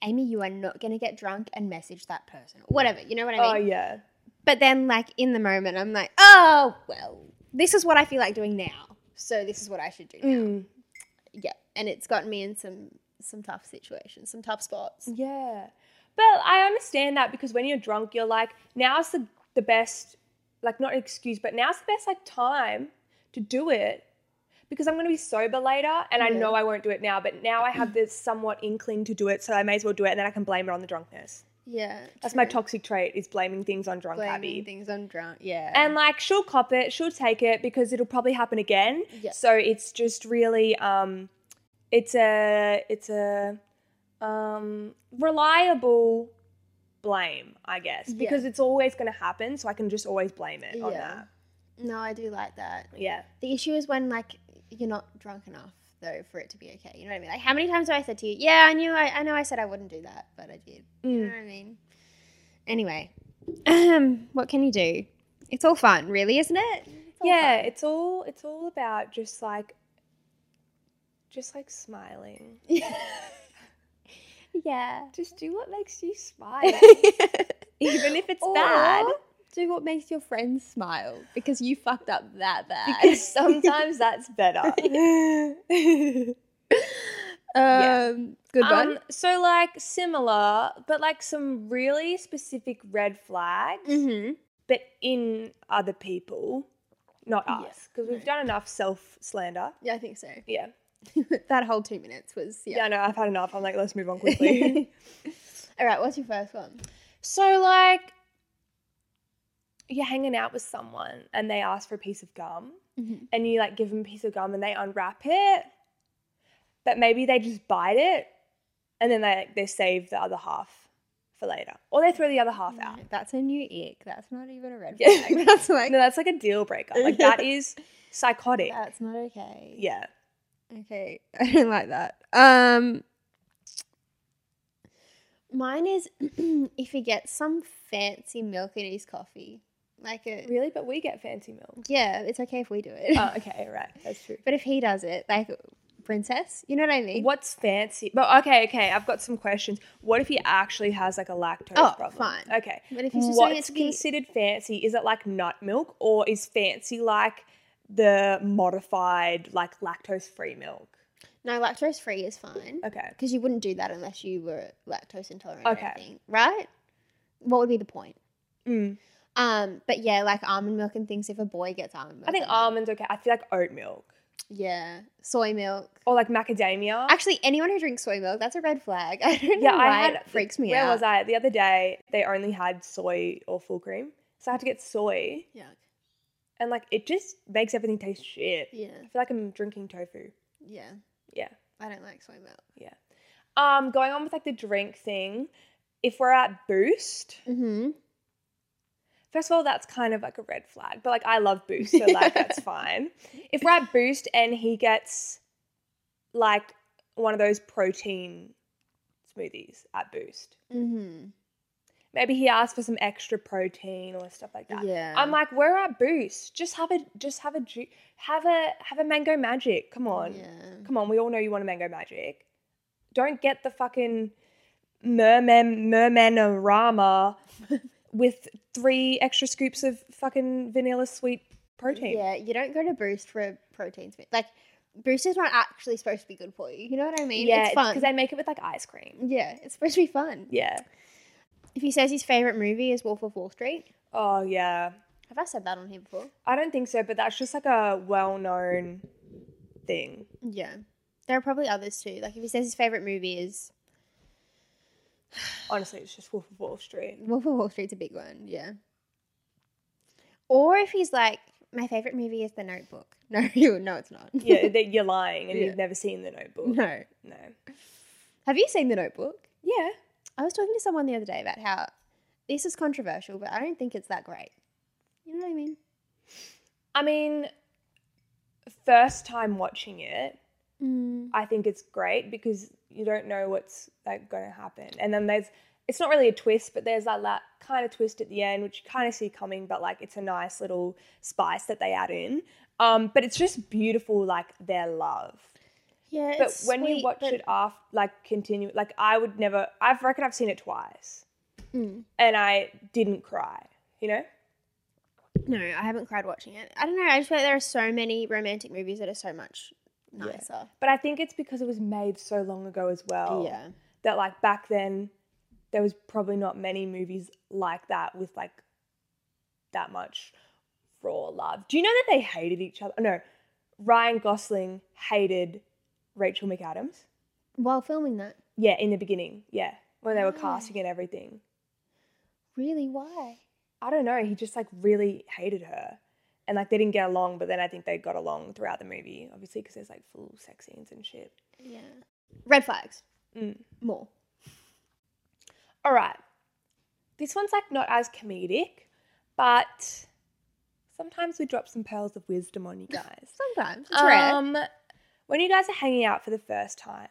Speaker 3: Amy, you are not gonna get drunk and message that person, or whatever. You know what I
Speaker 2: Oh
Speaker 3: mean?
Speaker 2: yeah.
Speaker 3: But then, like in the moment, I'm like, oh well, this is what I feel like doing now, so this is what I should do now.
Speaker 2: Mm.
Speaker 3: Yeah, and it's gotten me in some some tough situations, some tough spots.
Speaker 2: Yeah. But I understand that because when you're drunk, you're like, now's the, the best, like, not excuse, but now's the best, like, time to do it because I'm going to be sober later and I
Speaker 3: Yeah.
Speaker 2: know I won't do it now, but now I have this somewhat inkling to do it, so I may as well do it and then I can blame it on the drunkness.
Speaker 3: Yeah,
Speaker 2: That's my
Speaker 3: true.
Speaker 2: toxic trait is blaming things on drunk Abby.
Speaker 3: things on drunk. Yeah,
Speaker 2: And like she'll cop it, she'll take it because it'll probably happen again.
Speaker 3: Yeah.
Speaker 2: So it's just really um it's a it's a um reliable blame, I guess.
Speaker 3: Yeah.
Speaker 2: Because it's always gonna happen, so I can just always blame it on
Speaker 3: Yeah.
Speaker 2: that.
Speaker 3: No, I do like that.
Speaker 2: Yeah.
Speaker 3: The issue is when like you're not drunk enough though for it to be okay. You know what I mean? Like how many times have I said to you, "Yeah, I knew I, I know I said I wouldn't do that, but I did." You know what I mean? Anyway, um, what can you do? It's all fun, really, isn't it? It's all
Speaker 2: yeah,
Speaker 3: fun.
Speaker 2: it's all it's all about just like just like smiling.
Speaker 3: yeah.
Speaker 2: Just do what makes you smile. Even if it's
Speaker 3: Or
Speaker 2: bad.
Speaker 3: Do what makes your friends smile because you fucked up that bad.
Speaker 2: Because sometimes that's better.
Speaker 3: um, good
Speaker 2: Um,
Speaker 3: one.
Speaker 2: So like similar, but like some really specific red flags,
Speaker 3: Mm-hmm.
Speaker 2: but in other people, not
Speaker 3: Yeah,
Speaker 2: us, because we've done enough self slander.
Speaker 3: Yeah, I think so.
Speaker 2: Yeah.
Speaker 3: that whole two minutes was yeah.
Speaker 2: yeah, no, I've had enough. I'm like, let's move on quickly.
Speaker 3: All right, what's your first one?
Speaker 2: so like, you're hanging out with someone and they ask for a piece of gum,
Speaker 3: Mhm.
Speaker 2: and you like give them a piece of gum and they unwrap it, but maybe they just bite it, and then they they save the other half for later, or they throw the other half out.
Speaker 3: That's a new ick. That's not even a red
Speaker 2: Yeah.
Speaker 3: flag. That's like
Speaker 2: No, that's like a deal breaker. Like that is psychotic.
Speaker 3: that's not okay.
Speaker 2: Yeah.
Speaker 3: Okay, I don't like that. Um, mine is if he gets some fancy milk in his coffee, like a
Speaker 2: Really? But we get fancy milk.
Speaker 3: yeah, it's okay if we do it.
Speaker 2: Oh, okay, right. That's true.
Speaker 3: but if he does it, like princess, you know what I mean?
Speaker 2: What's fancy? But okay, okay, I've got some questions. What if he actually has like a lactose
Speaker 3: Oh,
Speaker 2: problem?
Speaker 3: fine.
Speaker 2: Okay.
Speaker 3: But if he's just doing it
Speaker 2: What's
Speaker 3: to be-
Speaker 2: considered fancy? Is it like nut milk or is fancy like the modified, like lactose free milk?
Speaker 3: No, lactose free is fine.
Speaker 2: Okay.
Speaker 3: Because you wouldn't do that unless you were lactose intolerant. Okay.
Speaker 2: Okay.
Speaker 3: right? What would be the point?
Speaker 2: Mm.
Speaker 3: Um, but yeah, like almond milk and things. If a boy gets almond milk,
Speaker 2: I think
Speaker 3: don't know.
Speaker 2: almonds okay. I feel like oat milk.
Speaker 3: yeah, soy milk.
Speaker 2: Or like macadamia.
Speaker 3: Actually, anyone who drinks soy milk, that's a red flag. I don't
Speaker 2: Yeah,
Speaker 3: know
Speaker 2: I
Speaker 3: why
Speaker 2: had
Speaker 3: it freaks me
Speaker 2: Where
Speaker 3: out.
Speaker 2: was I? The other day, they only had soy or full cream. So I had to get soy.
Speaker 3: Yeah,
Speaker 2: And like, it just makes everything taste shit.
Speaker 3: yeah,
Speaker 2: I feel like I'm drinking tofu.
Speaker 3: yeah.
Speaker 2: Yeah.
Speaker 3: I don't like soy milk.
Speaker 2: Yeah. Um, going on with like the drink thing, if we're at Boost,
Speaker 3: Mm-hmm.
Speaker 2: first of all, that's kind of like a red flag, but like I love Boost, so like that's fine. If we're at Boost and he gets like one of those protein smoothies at Boost,
Speaker 3: Mm-hmm.
Speaker 2: maybe he asked for some extra protein or stuff like that.
Speaker 3: Yeah.
Speaker 2: I'm like, we're at Boost. Just have a just have a ju- have a have a mango magic. Come on.
Speaker 3: Yeah.
Speaker 2: Come on, we all know you want a mango magic. Don't get the fucking merman mermanorama with three extra scoops of fucking vanilla sweet protein.
Speaker 3: Yeah, you don't go to Boost for a protein smoothie. Like, Boost is not actually supposed to be good for you. You know what I mean? it's fun.
Speaker 2: because they make it with like ice cream.
Speaker 3: yeah, it's supposed to be fun.
Speaker 2: Yeah.
Speaker 3: If he says his favorite movie is Wolf of Wall Street,
Speaker 2: Oh yeah.
Speaker 3: have I said that on here before?
Speaker 2: I don't think so, but that's just like a well-known thing.
Speaker 3: Yeah. There are probably others too. Like if he says his favorite movie is
Speaker 2: Honestly, it's just Wolf of Wall Street.
Speaker 3: Wolf of Wall Street's a big one, yeah. Or if he's like, my favorite movie is The Notebook. No, you no, it's not.
Speaker 2: Yeah, that you're lying and
Speaker 3: Yeah.
Speaker 2: you've never seen The Notebook.
Speaker 3: no.
Speaker 2: No.
Speaker 3: Have you seen The Notebook?
Speaker 2: Yeah.
Speaker 3: I was talking to someone the other day about how this is controversial, but I don't think it's that great. You know what I mean?
Speaker 2: I mean, first time watching it,
Speaker 3: Mm.
Speaker 2: I think it's great because you don't know what's like going to happen. And then there's it's not really a twist, but there's that, that kind of twist at the end, which you kind of see coming, but like it's a nice little spice that they add in. Um, but it's just beautiful, like their love.
Speaker 3: Yeah,
Speaker 2: But when you watch it after, like continue, like I would never. I reckon I've seen it twice, and I didn't cry. You know?
Speaker 3: No, I haven't cried watching it. I don't know. I just feel like there are so many romantic movies that are so much nicer.
Speaker 2: But I think it's because it was made so long ago as well.
Speaker 3: Yeah.
Speaker 2: That like back then there was probably not many movies like that with like that much raw love. Do you know that they hated each other? No. Ryan Gosling hated Rachel McAdams.
Speaker 3: While filming that,
Speaker 2: Yeah, in the beginning. Yeah. When they were
Speaker 3: Why?
Speaker 2: casting and everything.
Speaker 3: really, why?
Speaker 2: I don't know, he just like really hated her. And like they didn't get along, but then I think they got along throughout the movie, obviously, because there's like full sex scenes and shit.
Speaker 3: Yeah. Red flags.
Speaker 2: Mm.
Speaker 3: More.
Speaker 2: All right. This one's like not as comedic, but sometimes we drop some pearls of wisdom on you guys.
Speaker 3: Sometimes. It's rare.
Speaker 2: Um, when you guys are hanging out for the first time,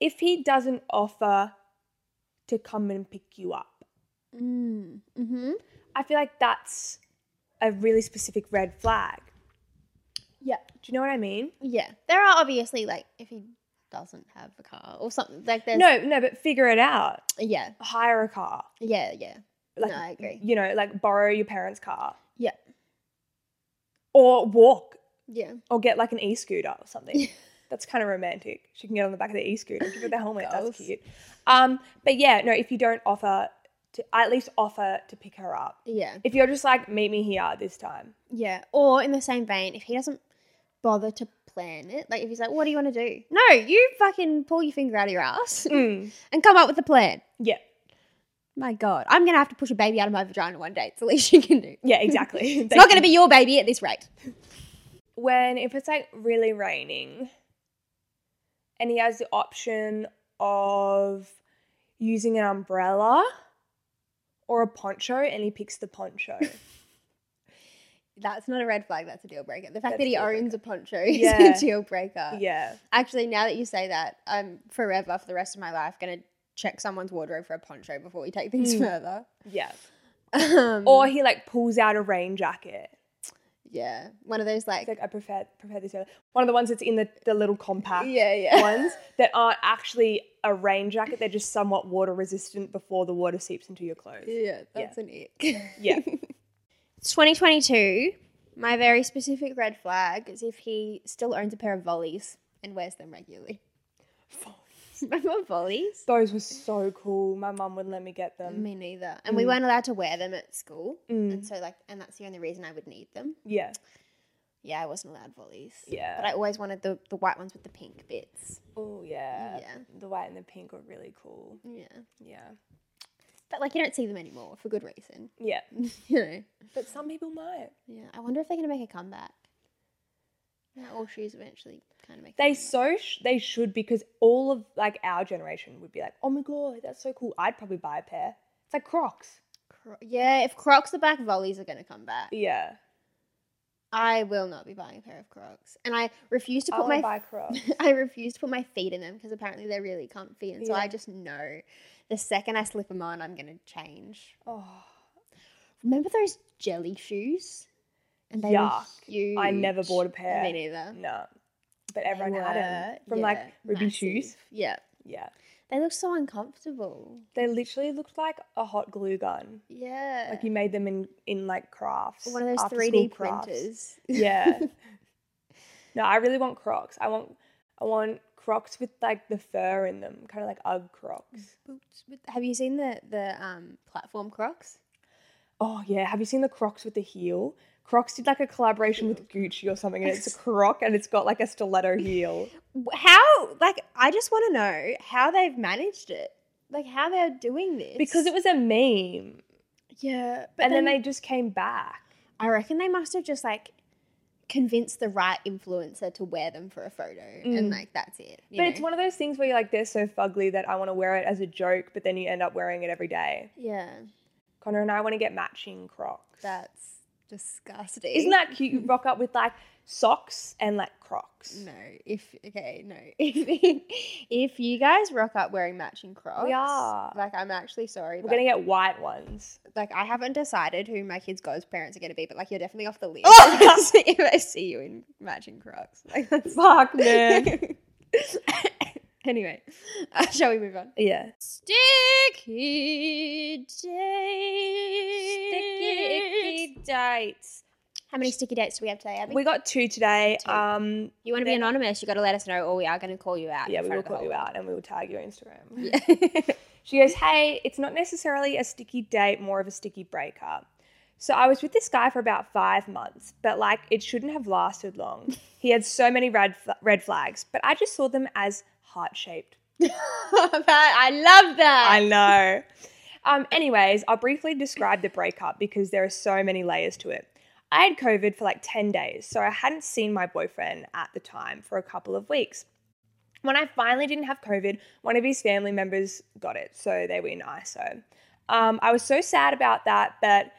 Speaker 2: if he doesn't offer to come and pick you up,
Speaker 3: Mm. hmm
Speaker 2: I feel like that's a really specific red flag.
Speaker 3: Yeah.
Speaker 2: Do you know what I mean?
Speaker 3: Yeah. There are obviously like if he doesn't have a car or something like there's
Speaker 2: No, no, but figure it out.
Speaker 3: Yeah.
Speaker 2: Hire a car.
Speaker 3: Yeah. Yeah.
Speaker 2: Like,
Speaker 3: No, I agree.
Speaker 2: You know, like borrow your parents' car
Speaker 3: Yeah.
Speaker 2: or walk
Speaker 3: Yeah.
Speaker 2: or get like an e scooter or something. That's kind of romantic. She can get on the back of the e scooter. Give her the helmet. That's
Speaker 3: Girls.
Speaker 2: cute. Um, but yeah, no. If you don't offer to, at least offer to pick her up.
Speaker 3: Yeah.
Speaker 2: If you're just like, meet me here this time.
Speaker 3: Yeah. Or in the same vein, if he doesn't bother to plan it, like if he's like, "What do you want to do?" No, you fucking pull your finger out of your ass
Speaker 2: Mm.
Speaker 3: and come up with a plan.
Speaker 2: Yeah,
Speaker 3: My God, I'm gonna have to push a baby out of my vagina one day. It's the least you can do.
Speaker 2: yeah, exactly.
Speaker 3: It's not gonna be your baby at this rate.
Speaker 2: when if it's like really raining, and he has the option of using an umbrella or a poncho, and he picks the poncho.
Speaker 3: That's not a red flag. That's a deal breaker. The
Speaker 2: That's
Speaker 3: fact that he
Speaker 2: a deal breaker.
Speaker 3: owns a poncho is
Speaker 2: Yeah.
Speaker 3: a deal breaker.
Speaker 2: yeah,
Speaker 3: Actually, now that you say that, I'm forever for the rest of my life gonna check someone's wardrobe for a poncho before we take things
Speaker 2: Mm.
Speaker 3: further.
Speaker 2: yeah.
Speaker 3: Um,
Speaker 2: Or he like pulls out a rain jacket.
Speaker 3: yeah, one of those like,
Speaker 2: It's like I prefer prefer this over one of the ones that's in the, the little compact
Speaker 3: yeah, yeah,
Speaker 2: ones that aren't actually a rain jacket. They're just somewhat water resistant before the water seeps into your clothes.
Speaker 3: yeah. That's an ick.
Speaker 2: Yeah,
Speaker 3: It's 2022. My very specific red flag is if he still owns a pair of volleys and wears them regularly. Remember volleys?
Speaker 2: those were so cool. My mum wouldn't let me get them.
Speaker 3: Me neither. And we
Speaker 2: Mm.
Speaker 3: weren't allowed to wear them at school. And so like and that's the only reason I would need them.
Speaker 2: Yeah,
Speaker 3: Yeah, I wasn't allowed volleys.
Speaker 2: Yeah.
Speaker 3: But I always wanted the, the white ones with the pink bits.
Speaker 2: oh yeah.
Speaker 3: Yeah. Mm.
Speaker 2: The white and the pink were really cool.
Speaker 3: Yeah.
Speaker 2: Yeah,
Speaker 3: But like you don't see them anymore for good reason.
Speaker 2: yeah.
Speaker 3: you know.
Speaker 2: But some people might.
Speaker 3: Yeah. I wonder if they're gonna make a comeback. Now all shoes eventually kind of make a
Speaker 2: They
Speaker 3: comeback.
Speaker 2: so sh- they should because all of like our generation would be like, oh my god, that's so cool. I'd probably buy a pair. It's like Crocs.
Speaker 3: Cro- yeah, if Crocs are back, volleys are going to come back.
Speaker 2: Yeah,
Speaker 3: I will not be buying a pair of Crocs, and I refuse to
Speaker 2: I
Speaker 3: put
Speaker 2: wanna
Speaker 3: my
Speaker 2: buy Crocs.
Speaker 3: I refuse to put my feet in them because apparently they're really comfy, and so
Speaker 2: Yeah.
Speaker 3: I just know the second I slip them on, I'm going to change.
Speaker 2: oh.
Speaker 3: Remember those jelly shoes? And they
Speaker 2: Yuck.
Speaker 3: were huge.
Speaker 2: I never bought a pair.
Speaker 3: Me neither.
Speaker 2: No. But
Speaker 3: They
Speaker 2: everyone had them
Speaker 3: were-
Speaker 2: from like
Speaker 3: yeah,
Speaker 2: Ruby
Speaker 3: massive.
Speaker 2: Shoes.
Speaker 3: Yeah,
Speaker 2: Yeah.
Speaker 3: They look so uncomfortable.
Speaker 2: They literally looked like a hot glue gun.
Speaker 3: Yeah.
Speaker 2: Like you made them in in like crafts.
Speaker 3: one of those
Speaker 2: after
Speaker 3: three
Speaker 2: school
Speaker 3: D
Speaker 2: crafts.
Speaker 3: printers.
Speaker 2: Yeah. no, I really want Crocs. I want I want Crocs with like the fur in them, kind of like UGG Crocs.
Speaker 3: Boots with- Have you seen the the um, platform Crocs?
Speaker 2: Oh yeah, have you seen the Crocs with the heel? Crocs did like a collaboration with Gucci or something, and it's a Croc and it's got like a stiletto heel.
Speaker 3: W- How like I just want to know how they've managed it, like how they're doing this
Speaker 2: Because it was a meme,
Speaker 3: yeah.
Speaker 2: and then, they just came back.
Speaker 3: I reckon they must have just like convinced the right influencer to wear them for a photo, and like that's it. you
Speaker 2: Mm. But it's
Speaker 3: know?
Speaker 2: one of those things where you're like, they're so fugly that I want to wear it as a joke, but then you end up wearing it every day.
Speaker 3: yeah,
Speaker 2: Connor and I want to get matching Crocs.
Speaker 3: that's disgusting.
Speaker 2: Isn't that cute? You rock up with like socks and like Crocs.
Speaker 3: No, if okay, no. If, if you guys rock up wearing matching Crocs,
Speaker 2: are.
Speaker 3: Like, I'm actually sorry.
Speaker 2: We're
Speaker 3: but,
Speaker 2: gonna get white ones.
Speaker 3: like, I haven't decided who my kids' god's parents are gonna be, but like, you're definitely off the list if I see you in matching Crocs. Like, that's
Speaker 2: Fuck man.
Speaker 3: anyway, uh, shall we move on?
Speaker 2: yeah.
Speaker 3: Sticky dates.
Speaker 2: dates.
Speaker 3: How many sticky dates do we have today, Abby?
Speaker 2: We got two today.
Speaker 3: Two.
Speaker 2: Um,
Speaker 3: you want to be anonymous? You got to let us know, or we are going to call you out.
Speaker 2: yeah,
Speaker 3: in
Speaker 2: we will
Speaker 3: front of
Speaker 2: call you
Speaker 3: the
Speaker 2: out and we will tag your Instagram.
Speaker 3: whole- Yeah.
Speaker 2: She goes, Hey, it's not necessarily a sticky date, more of a sticky breakup. So I was with this guy for about five months, but like it shouldn't have lasted long. He had so many red, fla- red flags, but I just saw them as heart shaped.
Speaker 3: I love that.
Speaker 2: I know. Um, anyways, I'll briefly describe the breakup because there are so many layers to it. I had COVID for like 10 days, so I hadn't seen my boyfriend at the time for a couple of weeks. When I finally didn't have COVID, one of his family members got it, so they were in ISO. Um, I was so sad about that, but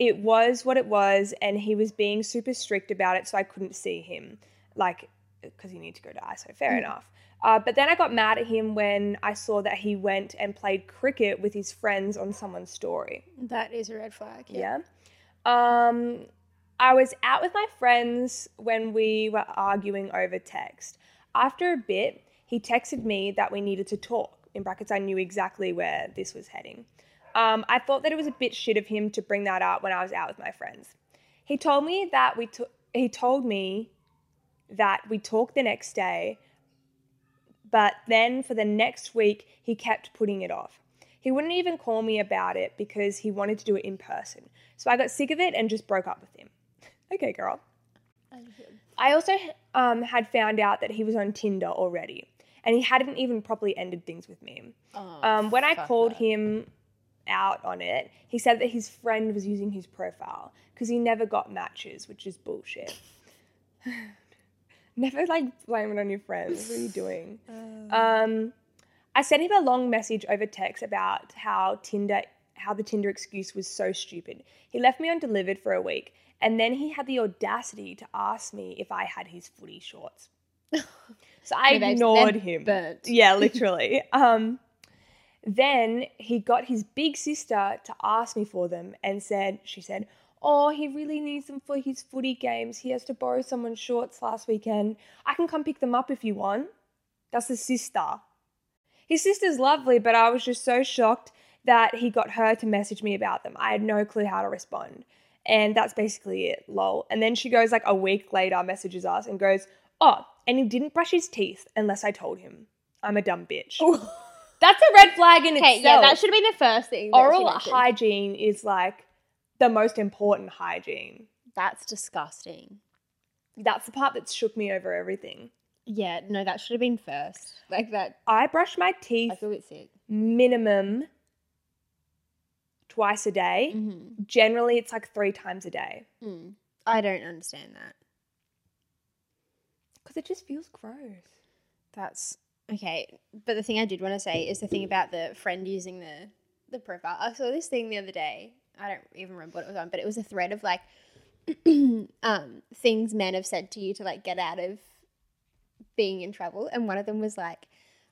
Speaker 2: it was what it was, and he was being super strict about it, so I couldn't see him, like, because he needed to go to ISO. Fair enough. Uh, but then I got mad at him when I saw that he went and played cricket with his friends on someone's story.
Speaker 3: that is a red flag.
Speaker 2: Yeah. Um, I was out with my friends when we were arguing over text. After a bit, he texted me that we needed to talk. In brackets, I knew exactly where this was heading. Um, I thought that it was a bit shit of him to bring that up when I was out with my friends. He told me that we to- he told me that we talked the next day, but then for the next week he kept putting it off. He wouldn't even call me about it because he wanted to do it in person. So I got sick of it and just broke up with him. Okay, girl. I also um, had found out that he was on Tinder already, and he hadn't even properly ended things with me. um, when I called him out on it, he said that his friend was using his profile because he never got matches, which is bullshit. never like blame it on your friends. What are you doing? Um, I sent him a long message over text about how Tinder, how the Tinder excuse was so stupid. He left me undelivered for a week, and then he had the audacity to ask me if I had his footy shorts. So I
Speaker 3: Yeah, babes,
Speaker 2: ignored
Speaker 3: they're
Speaker 2: him.
Speaker 3: burnt.
Speaker 2: Yeah, literally. um, then he got his big sister to ask me for them, and said she said, "Oh, he really needs them for his footy games. He has to borrow someone's shorts last weekend. I can come pick them up if you want." That's his sister. His sister's lovely, but I was just so shocked that he got her to message me about them. I had no clue how to respond. And that's basically it, lol. And then she goes like a week later, messages us and goes, Oh, and he didn't brush his teeth unless I told him. I'm a dumb bitch. That's a red flag in
Speaker 3: Okay,
Speaker 2: itself.
Speaker 3: yeah, that should have been the first thing. that she
Speaker 2: Oral
Speaker 3: mentioned.
Speaker 2: hygiene is like the most important hygiene.
Speaker 3: That's disgusting.
Speaker 2: That's the part that shook me over everything.
Speaker 3: Yeah, no, that should have been first. Like that.
Speaker 2: I brush my teeth
Speaker 3: I feel a bit sick.
Speaker 2: minimum twice a day.
Speaker 3: Mm-hmm.
Speaker 2: Generally, it's like three times a day
Speaker 3: Mm. I don't understand that.
Speaker 2: because it just feels gross.
Speaker 3: That's okay. But the thing I did want to say is the thing about the friend using the the profile. I saw this thing the other day. I don't even remember what it was on, but it was a thread of like um things men have said to you to like get out of being in trouble. And one of them was like,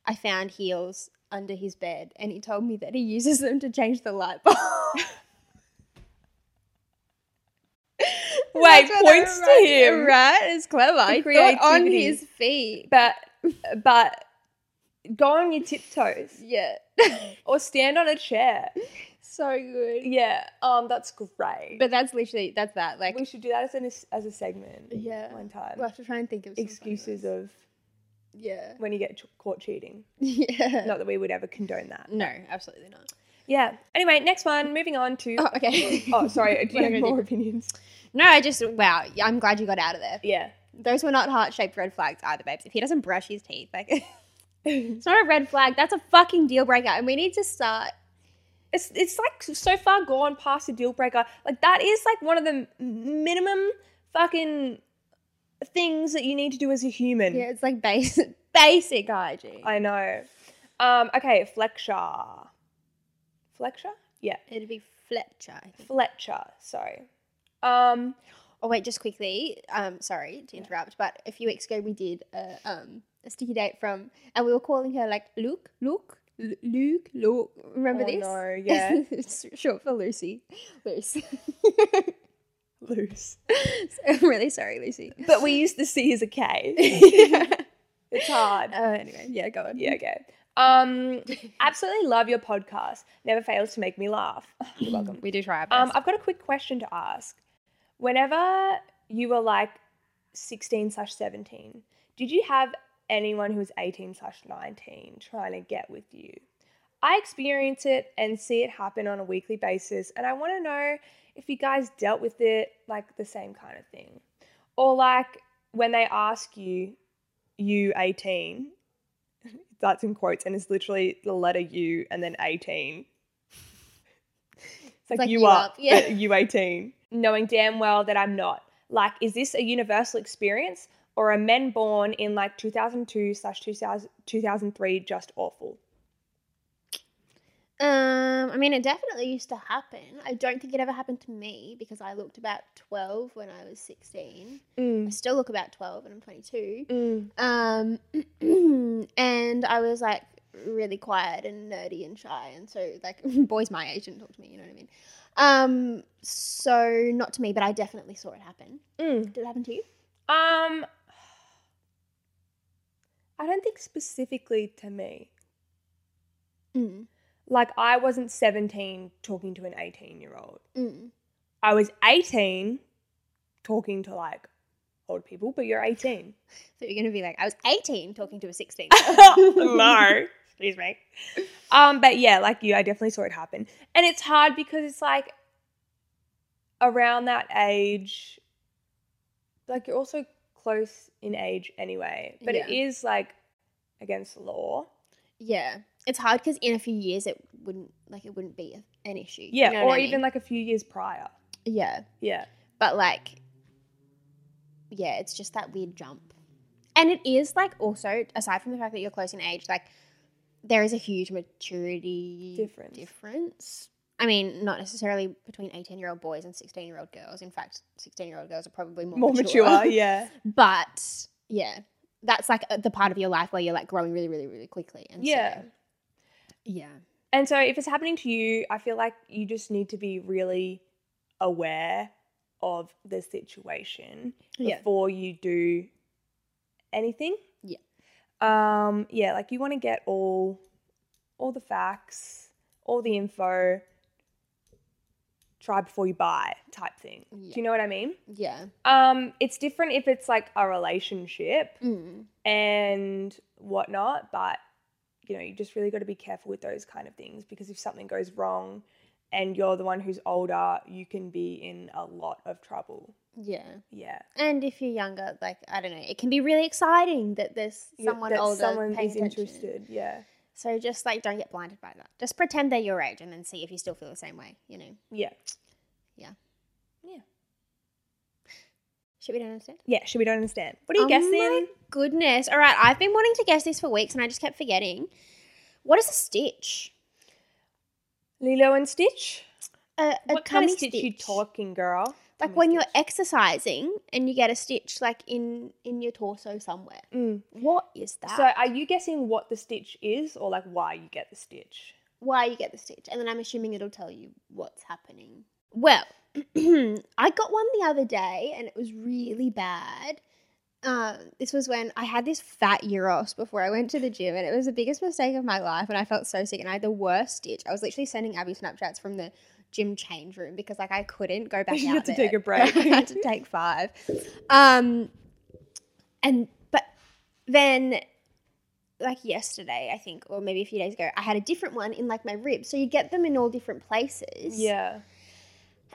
Speaker 3: I found heels under his bed and he told me that he uses them to change the light bulb.
Speaker 2: Wait,
Speaker 3: That's what that
Speaker 2: points to
Speaker 3: reminds me of,
Speaker 2: him,
Speaker 3: Right? It's clever. He thought on
Speaker 2: Creativity.
Speaker 3: his feet.
Speaker 2: but but Go on your tiptoes
Speaker 3: Yeah.
Speaker 2: or stand on a chair.
Speaker 3: so good.
Speaker 2: Yeah, um, that's great.
Speaker 3: But that's literally that's that. Like
Speaker 2: we should do that as an as a segment.
Speaker 3: Yeah.
Speaker 2: one time.
Speaker 3: we'll have to try and think of some funny
Speaker 2: Excuses
Speaker 3: ones.
Speaker 2: of
Speaker 3: Yeah.
Speaker 2: when you get ch- caught cheating.
Speaker 3: Yeah.
Speaker 2: Not that we would ever condone that.
Speaker 3: No, absolutely not.
Speaker 2: Yeah. Anyway, next one. Moving on to.
Speaker 3: Oh, okay.
Speaker 2: Oh, sorry. Do
Speaker 3: We're
Speaker 2: you have
Speaker 3: gonna
Speaker 2: more
Speaker 3: do-
Speaker 2: opinions?
Speaker 3: No, I just wow. I'm glad you got out of there.
Speaker 2: Yeah.
Speaker 3: Those were not heart shaped red flags either, babes. If he doesn't brush his teeth, like it's not a red flag. That's a fucking deal breaker, and we need to start.
Speaker 2: It's it's like so far gone past a deal breaker. Like that is like one of the m- minimum fucking things that you need to do as a human.
Speaker 3: Yeah, it's like basic basic hygiene.
Speaker 2: I know. Um. Okay, Fletcher. Fletcher. Yeah.
Speaker 3: It'd be Fletcher. I think.
Speaker 2: Fletcher. Sorry. Um.
Speaker 3: Oh wait, just quickly. Um, sorry to interrupt, but a few weeks ago we did a um a sticky date from, and we were calling her like Luke, Luke, Lu- Luke, Luke. Remember
Speaker 2: Oh,
Speaker 3: this?
Speaker 2: no, yeah.
Speaker 3: It's short for Lucy, Luce.
Speaker 2: Loose.
Speaker 3: I'm really sorry, Lucy.
Speaker 2: But we used the C as a K. it's hard.
Speaker 3: Uh, anyway, yeah, go on.
Speaker 2: Yeah, okay. Um, absolutely love your podcast. Never fails to make me laugh. You're welcome.
Speaker 3: we do try. Our
Speaker 2: Um,
Speaker 3: best.
Speaker 2: I've got a quick question to ask. Whenever you were like 16 slash 17, did you have anyone who was 18 slash 19 trying to get with you? I experience it and see it happen on a weekly basis, and I want to know if you guys dealt with it like the same kind of thing. Or like when they ask you, you 18, that's in quotes, and it's literally the letter U and then 18. It's like,
Speaker 3: like
Speaker 2: you,
Speaker 3: you
Speaker 2: up,
Speaker 3: up, yeah.
Speaker 2: but you 18. Knowing damn well that I'm not. Like, is this a universal experience or are men born in like 2002 slash 2000 2003 just awful?
Speaker 3: Um, I mean, it definitely used to happen. I don't think it ever happened to me because I looked about 12 when I was 16. I still look about 12 and I'm 22. Um, and I was like really quiet and nerdy and shy. And so, like, boys my age didn't talk to me, you know what I mean? Um, so not to me, but I definitely saw it happen.
Speaker 2: Mm.
Speaker 3: Did it happen to you?
Speaker 2: Um, I don't think specifically to me.
Speaker 3: Mm.
Speaker 2: Like, I wasn't 17 talking to an 18 year old.
Speaker 3: Mm.
Speaker 2: I was 18 talking to like old people, but you're 18.
Speaker 3: So you're going to be like, I was 18 talking to a 16.
Speaker 2: no. Excuse me. Um, but yeah, like you, I definitely saw it happen. And it's hard because it's like around that age, like you're also close in age anyway. But it
Speaker 3: Yeah.
Speaker 2: is like against the law.
Speaker 3: Yeah, it's hard because in a few years it wouldn't like it wouldn't be a- an issue.
Speaker 2: Yeah.
Speaker 3: you know what
Speaker 2: or
Speaker 3: I
Speaker 2: even
Speaker 3: mean?
Speaker 2: like a few years prior.
Speaker 3: yeah,
Speaker 2: Yeah.
Speaker 3: but like yeah, it's just that weird jump, and it is like also aside from the fact that you're close in age, like there is a huge maturity
Speaker 2: Difference.
Speaker 3: Difference. I mean, not necessarily between eighteen-year-old boys and sixteen-year-old girls. In fact, sixteen-year-old girls are probably more,
Speaker 2: More mature. Yeah.
Speaker 3: But yeah, that's like the part of your life where you're like growing really, really, really quickly. And so-
Speaker 2: Yeah.
Speaker 3: yeah.
Speaker 2: And so if it's happening to you, I feel like you just need to be really aware of the situation
Speaker 3: Yeah.
Speaker 2: before you do anything.
Speaker 3: Yeah.
Speaker 2: Um yeah, like you want to get all all the facts, all the info try before you buy type thing. Do you know what I mean?
Speaker 3: Yeah.
Speaker 2: Um it's different if it's like a relationship
Speaker 3: Mm.
Speaker 2: and whatnot. But you know, you just really got to be careful with those kind of things because if something goes wrong and you're the one who's older, you can be in a lot of trouble.
Speaker 3: Yeah.
Speaker 2: Yeah,
Speaker 3: And if you're younger, like I don't know, it can be really exciting that there's
Speaker 2: You-
Speaker 3: someone
Speaker 2: that
Speaker 3: older
Speaker 2: someone
Speaker 3: paying
Speaker 2: is
Speaker 3: attention.
Speaker 2: interested. Yeah,
Speaker 3: So just like don't get blinded by that. Just pretend they're your age and then see if you still feel the same way. You know.
Speaker 2: yeah,
Speaker 3: Shit, we don't understand.
Speaker 2: yeah. Should we don't understand? What are you
Speaker 3: Oh
Speaker 2: guessing?
Speaker 3: my goodness! All right, I've been wanting to guess this for weeks and I just kept forgetting. What is a stitch?
Speaker 2: Lilo and Stitch.
Speaker 3: A, a
Speaker 2: what kind of
Speaker 3: tummy
Speaker 2: stitch, you talking, girl?
Speaker 3: Like
Speaker 2: Tummy
Speaker 3: when
Speaker 2: stitch.
Speaker 3: you're exercising and you get a stitch, like in in your torso somewhere.
Speaker 2: Mm.
Speaker 3: What is that?
Speaker 2: So, are you guessing what the stitch is, or like why you get the stitch?
Speaker 3: why you get the stitch, and then I'm assuming it'll tell you what's happening. Well, I got one the other day, and it was really bad. uh, this was when I had this fat Euros before I went to the gym, and it was the biggest mistake of my life. And I felt so sick, and I had the worst stitch. I was literally sending Abby Snapchats from the gym change room because like I couldn't go back
Speaker 2: You
Speaker 3: out.
Speaker 2: had to
Speaker 3: there.
Speaker 2: take a break.
Speaker 3: I had to take five. Um, and but then like yesterday, I think, or maybe a few days ago, I had a different one in like my ribs. So you get them in all different places.
Speaker 2: Yeah.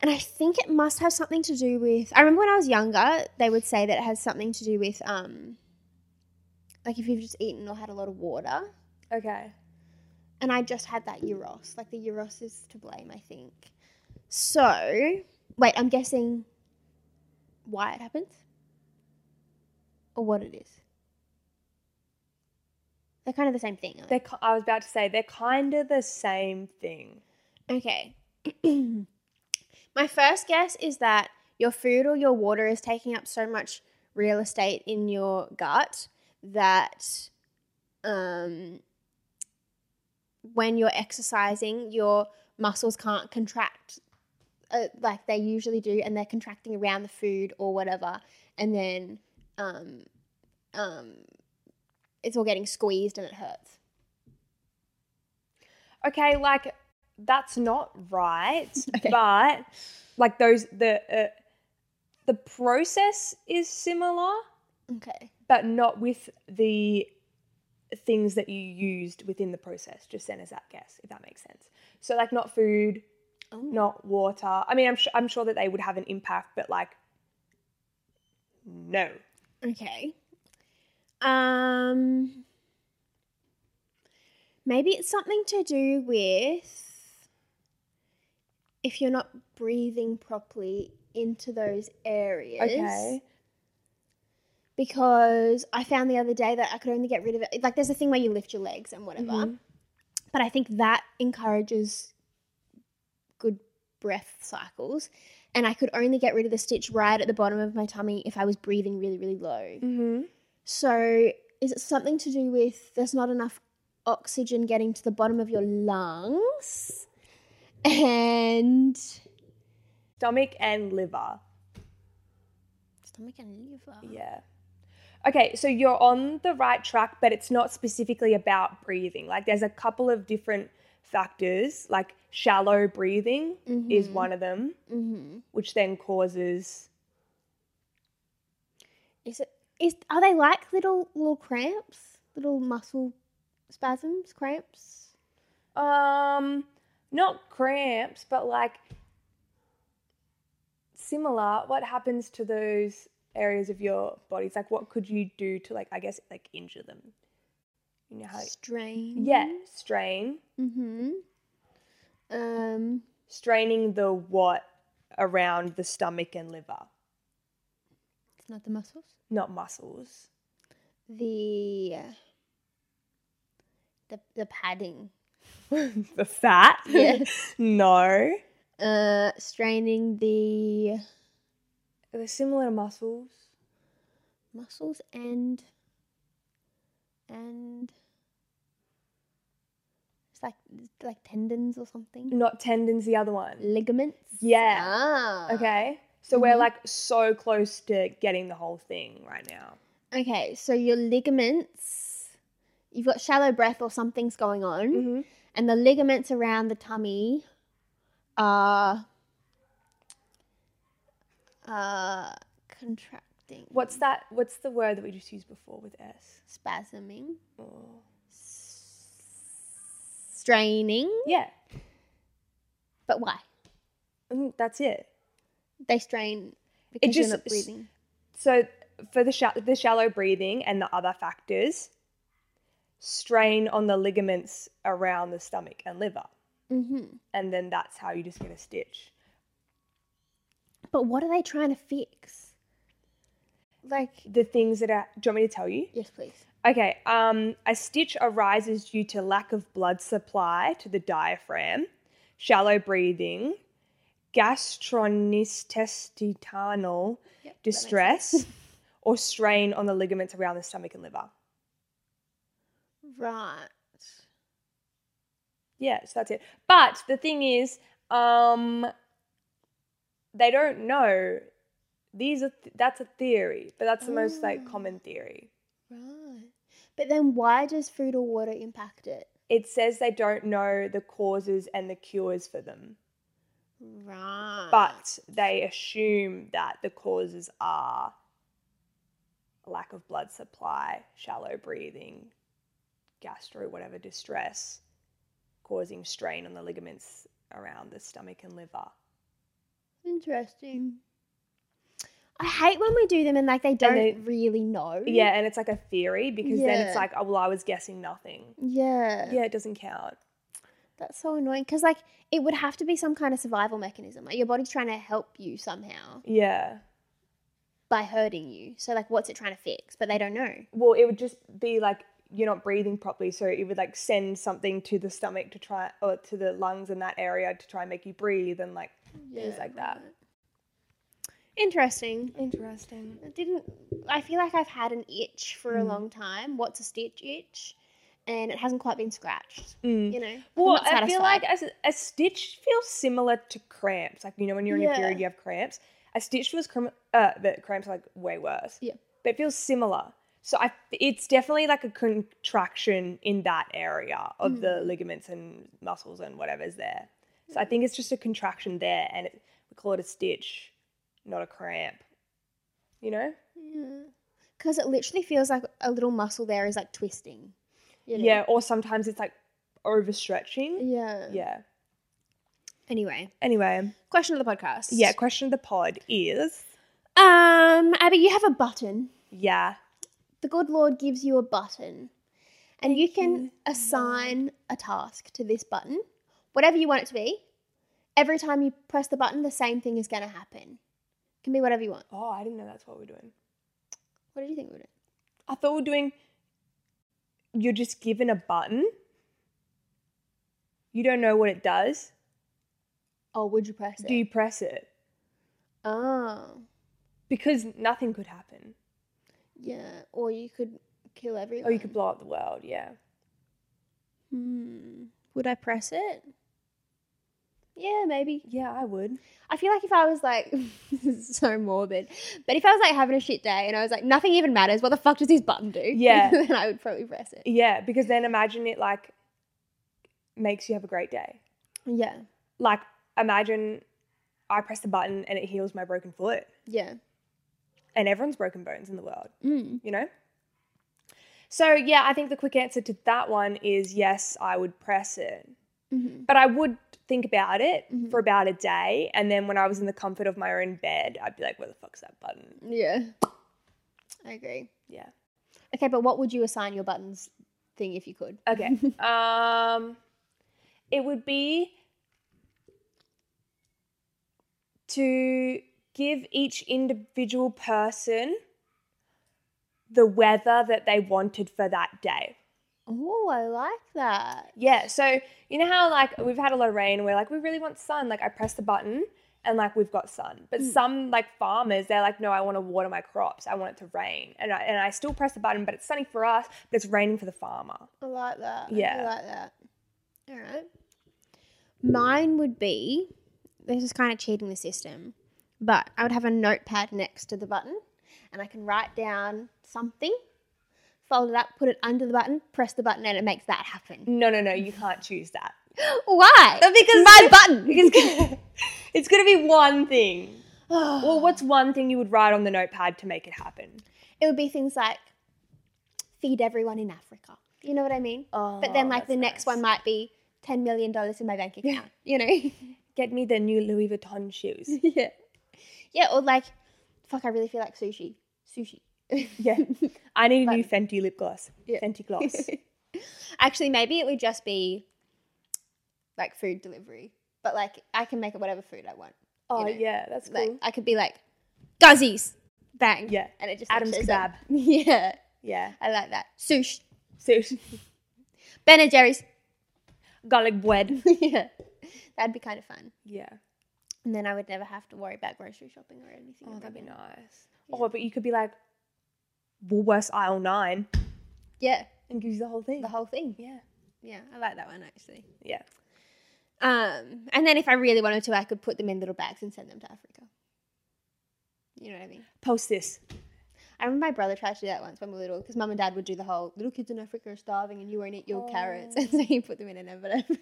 Speaker 3: And I think it must have something to do with. I remember when I was younger, they would say that it has something to do with, um, like if you've just eaten or had a lot of water.
Speaker 2: Okay.
Speaker 3: And I just had that Euros. Like the Euros is to blame, I think. So, wait, I'm guessing why it happens or what it is. They're kind of the same thing. aren't they?
Speaker 2: They're, ki- I was about to say they're kind of the same thing.
Speaker 3: Okay. My first guess is that your food or your water is taking up so much real estate in your gut that um, when you're exercising, your muscles can't contract uh, like they usually do, and they're contracting around the food or whatever, and then um, um, it's all getting squeezed and it hurts.
Speaker 2: Okay, like that's not right, but like those the uh, the process is similar,
Speaker 3: Okay.
Speaker 2: but not with the things that you used within the process. Just send us that guess if that makes sense. So like not food,
Speaker 3: Oh.
Speaker 2: not water. I mean, I'm sure I'm sure that they would have an impact, but like no.
Speaker 3: Okay. Um maybe it's something to do with if you're not breathing properly into those areas.
Speaker 2: Okay.
Speaker 3: Because I found the other day that I could only get rid of it. Like there's a thing where you lift your legs and whatever. But I think that encourages good breath cycles. And I could only get rid of the stitch right at the bottom of my tummy if I was breathing really, really low.
Speaker 2: Mhm.
Speaker 3: So, is it something to do with there's not enough oxygen getting to the bottom of your lungs? And
Speaker 2: Stomach and liver.
Speaker 3: stomach and liver.
Speaker 2: Yeah. Okay, so you're on the right track, but it's not specifically about breathing. Like, there's a couple of different factors, like shallow breathing is one of them,
Speaker 3: Mm-hmm.
Speaker 2: which then causes.
Speaker 3: Is it? Is are they like little little cramps, little muscle spasms, cramps?
Speaker 2: Um, not cramps, but like similar. What happens to those areas of your bodies? Like, what could you do to, like, I guess, like injure them? You know how?
Speaker 3: Strain.
Speaker 2: Yeah, strain.
Speaker 3: Mm-hmm. Um.
Speaker 2: straining the what around the stomach and liver,
Speaker 3: It's not the muscles.
Speaker 2: not muscles.
Speaker 3: The. The the padding.
Speaker 2: the fat?
Speaker 3: Yes.
Speaker 2: no.
Speaker 3: Uh, straining the
Speaker 2: They're similar to muscles.
Speaker 3: muscles and and it's like it's like tendons or something
Speaker 2: Not tendons, the other one.
Speaker 3: ligaments
Speaker 2: Yeah.
Speaker 3: ah.
Speaker 2: Okay. So we're like so close to getting the whole thing right now.
Speaker 3: okay so your ligaments you've got shallow breath or something's going on
Speaker 2: Mhm.
Speaker 3: and the ligaments around the tummy are uh contracting
Speaker 2: What's that? What's the word that we just used before with S?
Speaker 3: spasming
Speaker 2: Oh.
Speaker 3: straining
Speaker 2: Yeah.
Speaker 3: but why
Speaker 2: Mm, That's it.
Speaker 3: they strain because
Speaker 2: just-
Speaker 3: you're not breathing
Speaker 2: So for the, sha- the shallow breathing and the other factors, strain on the ligaments around the stomach and liver.
Speaker 3: mm-hmm.
Speaker 2: and then that's how you just get a stitch.
Speaker 3: But what are they trying to fix? Like,
Speaker 2: The things that are, do you want me to tell you?
Speaker 3: yes, please.
Speaker 2: Okay, um, a stitch arises due to lack of blood supply to the diaphragm, shallow breathing, gastrointestinal distress, or strain on the ligaments around the stomach and liver.
Speaker 3: Right.
Speaker 2: Yeah, so that's it. But the thing is, um, they don't know these are th- that's a theory, but that's the most like common theory.
Speaker 3: Right. But then why does food or water impact it?
Speaker 2: It says they don't know the causes and the cures for them,
Speaker 3: Right.
Speaker 2: but they assume that the causes are lack of blood supply, shallow breathing, gastro whatever distress, causing strain on the ligaments around the stomach and liver.
Speaker 3: interesting. Mm. I hate when we do them and like they don't
Speaker 2: they-
Speaker 3: really know.
Speaker 2: Yeah, and it's like a theory because then it's
Speaker 3: Yeah.
Speaker 2: like, oh well, I was guessing nothing.
Speaker 3: Yeah.
Speaker 2: Yeah, it doesn't count.
Speaker 3: That's so annoying because like it would have to be some kind of survival mechanism. Like your body's trying to help you somehow
Speaker 2: Yeah.
Speaker 3: by hurting you. So like what's it trying to fix? But they don't know.
Speaker 2: Well, it would just be like you're not breathing properly, so it would like send something to the stomach to try or to the lungs in that area to try and make you breathe and like things like that.
Speaker 3: Interesting.
Speaker 2: Interesting. Mm.
Speaker 3: I didn't I feel like I've had an itch for a long time. What's a stitch itch? And it hasn't quite been scratched. You know. I'm
Speaker 2: Mm. Well,
Speaker 3: not
Speaker 2: I feel
Speaker 3: satisfied.
Speaker 2: like a, a stitch feels similar to cramps. Like you know, when you're in your
Speaker 3: Yeah.
Speaker 2: period, you have cramps. A stitch feels crim- uh, but cramps are like way worse.
Speaker 3: Yeah.
Speaker 2: but it feels similar. So I, it's definitely like a contraction in that area of
Speaker 3: Mm.
Speaker 2: the ligaments and muscles and whatever's there. So I think it's just a contraction there, and it, we call it a stitch, not a cramp. You know?
Speaker 3: because it literally feels like a little muscle there is like twisting. you know?
Speaker 2: Yeah. Or sometimes it's like overstretching.
Speaker 3: Yeah.
Speaker 2: Yeah.
Speaker 3: Anyway,
Speaker 2: Anyway,
Speaker 3: question of the podcast.
Speaker 2: yeah. Question of the pod is
Speaker 3: Um, Abby, you have a button.
Speaker 2: yeah.
Speaker 3: The good Lord gives you a button, and you can assign a task to this button, whatever you want it to be. Every time you press the button, the same thing is going to happen. Can be whatever you want.
Speaker 2: Oh, I didn't know that's what we're doing.
Speaker 3: What did you think we were doing?
Speaker 2: I thought we were doing. You're just given a button. You don't know what it does.
Speaker 3: Oh, would you press it?
Speaker 2: Do you press it?
Speaker 3: oh,
Speaker 2: Because nothing could happen.
Speaker 3: yeah. Or you could kill everyone.
Speaker 2: Or you could blow up the world, yeah.
Speaker 3: Hmm. Would I press it? Yeah, maybe.
Speaker 2: Yeah, I would.
Speaker 3: I feel like if I was like, this is so morbid, but if I was like having a shit day and I was like, nothing even matters, what the fuck does this button do?
Speaker 2: Yeah.
Speaker 3: then I would probably press it.
Speaker 2: Yeah, because then imagine it like makes you have a great day.
Speaker 3: Yeah.
Speaker 2: Like, imagine I press the button and it heals my broken foot
Speaker 3: Yeah.
Speaker 2: and everyone's broken bones in the world,
Speaker 3: Mm.
Speaker 2: you know? So, yeah, I think the quick answer to that one is yes, I would press it.
Speaker 3: Mhm.
Speaker 2: But I would think about it
Speaker 3: Mhm.
Speaker 2: for about a day. And then when I was in the comfort of my own bed, I'd be like, where the fuck's that button?
Speaker 3: Yeah. I agree.
Speaker 2: Yeah.
Speaker 3: Okay, but what would you assign your buttons thing if you could?
Speaker 2: Okay. um, it would be to give each individual person the weather that they wanted for that day.
Speaker 3: Oh, I like that.
Speaker 2: Yeah. So you know how like we've had a lot of rain and we're like, we really want sun. Like I press the button and like we've got sun.
Speaker 3: Hmm.
Speaker 2: But some like farmers, they're like, no, I want to water my crops. I want it to rain. And I, and I still press the button, but it's sunny for us, but it's raining for the farmer.
Speaker 3: I like that. I do
Speaker 2: Yeah.
Speaker 3: like that. All right. Mine would be this is kind of cheating the system, but I would have a notepad next to the button and I can write down something, fold it up, put it under the button, press the button, and it makes that happen.
Speaker 2: No, no, no, you can't choose that.
Speaker 3: Why? Because my button.
Speaker 2: It's gonna, it's gonna be one thing. well, what's one thing you would write on the notepad to make it happen?
Speaker 3: it would be things like feed everyone in Africa. You know what I mean? but
Speaker 2: Oh,
Speaker 3: then, like, the next one might be $10 million in my bank account, you know?
Speaker 2: Get me the new Louis Vuitton shoes.
Speaker 3: yeah. Yeah, or like, fuck, I really feel like sushi. Sushi.
Speaker 2: yeah. I need a new Fenty lip gloss.
Speaker 3: Yeah.
Speaker 2: Fenty gloss.
Speaker 3: Actually, maybe it would just be like food delivery, but like, I can make it whatever food I want.
Speaker 2: oh,
Speaker 3: You know,
Speaker 2: yeah, that's cool.
Speaker 3: Like, I could be like, Guzzies, bang.
Speaker 2: Yeah.
Speaker 3: And it just like,
Speaker 2: Adam's
Speaker 3: shows
Speaker 2: kebab.
Speaker 3: up. Yeah.
Speaker 2: Yeah.
Speaker 3: I like that. Sush.
Speaker 2: Sushi.
Speaker 3: Ben and Jerry's.
Speaker 2: Garlic bread.
Speaker 3: yeah. That'd be kind of fun.
Speaker 2: Yeah.
Speaker 3: And then I would never have to worry about grocery shopping or anything.
Speaker 2: Oh,
Speaker 3: ever
Speaker 2: that'd be
Speaker 3: again.
Speaker 2: nice. Oh, but you could be like Woolworths aisle nine
Speaker 3: Yeah,
Speaker 2: and gives you the whole thing.
Speaker 3: the whole thing.
Speaker 2: yeah.
Speaker 3: Yeah, I like that one actually.
Speaker 2: Yeah.
Speaker 3: Um, and then if I really wanted to, I could put them in little bags and send them to Africa. You know what I mean?
Speaker 2: Post this.
Speaker 3: I remember my brother tried to do that once when we were little because mum and dad would do the whole little kids in Africa are starving and you won't eat your
Speaker 2: Oh.
Speaker 3: carrots. And so you put them in an envelope.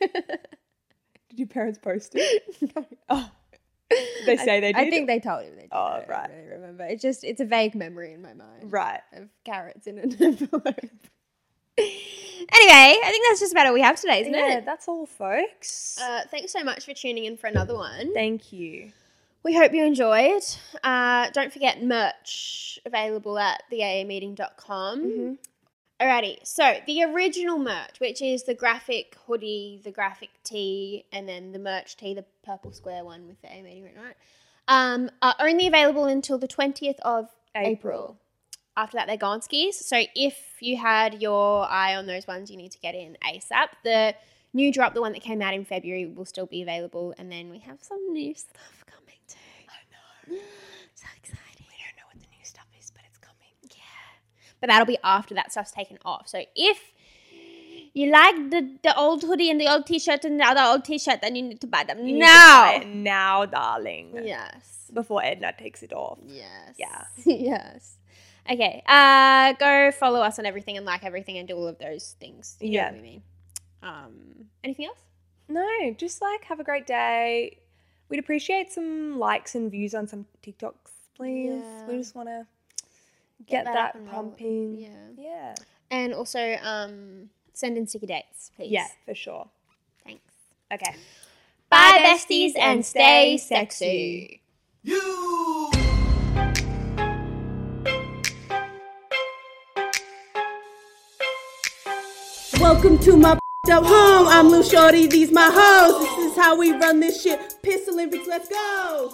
Speaker 2: Did your parents post it?
Speaker 3: No.
Speaker 2: Oh, they say they did.
Speaker 3: I think they told him they did.
Speaker 2: Oh,
Speaker 3: I don't
Speaker 2: right.
Speaker 3: really remember. It's just, it's a vague memory in my mind
Speaker 2: right.
Speaker 3: of carrots in an envelope. anyway, I think that's just about all we have today, isn't
Speaker 2: yeah,
Speaker 3: it?
Speaker 2: that's all, folks.
Speaker 3: Uh, thanks so much for tuning in for another one.
Speaker 2: Thank you.
Speaker 3: We hope you enjoyed. Uh, don't forget merch available at theaameeting.com. Alrighty, so the original merch, which is the graphic hoodie, the graphic tee, and then the merch tee, the purple square one with the A meeting written on it, um, are only available until the 20th of April.
Speaker 2: April.
Speaker 3: After that, they're gone skis. So if you had your eye on those ones, you need to get in ASAP. The new drop, the one that came out in February, will still be available. And then we have some new stuff coming too. I know. So exciting. We don't know what the new stuff is, but it's coming. Yeah. But that'll be after that stuff's taken off. So if you like the, the old hoodie and the old t shirt and the other old t shirt, then you need to buy them
Speaker 2: You need to buy it
Speaker 3: now.
Speaker 2: now, darling.
Speaker 3: Yes.
Speaker 2: Before Edna takes it off.
Speaker 3: Yes.
Speaker 2: Yeah.
Speaker 3: yes. Okay. Uh, go follow us on everything and like everything and do all of those things. You
Speaker 2: Yeah.
Speaker 3: know what I mean. Um, anything else?
Speaker 2: No, just like have a great day. We'd appreciate some likes and views on some TikToks, please. We
Speaker 3: Yeah.
Speaker 2: just want to get,
Speaker 3: that
Speaker 2: that,
Speaker 3: up and roll.
Speaker 2: pumping.
Speaker 3: Yeah.
Speaker 2: Yeah.
Speaker 3: And also, um, send in sticky dates, please.
Speaker 2: Yeah, for sure.
Speaker 3: Thanks.
Speaker 2: Okay.
Speaker 3: Bye, besties, and stay sexy.
Speaker 4: Welcome to my up home. I'm Lou Shorty. These my hoes. This is how we run this shit. Piss Olympics. Let's go.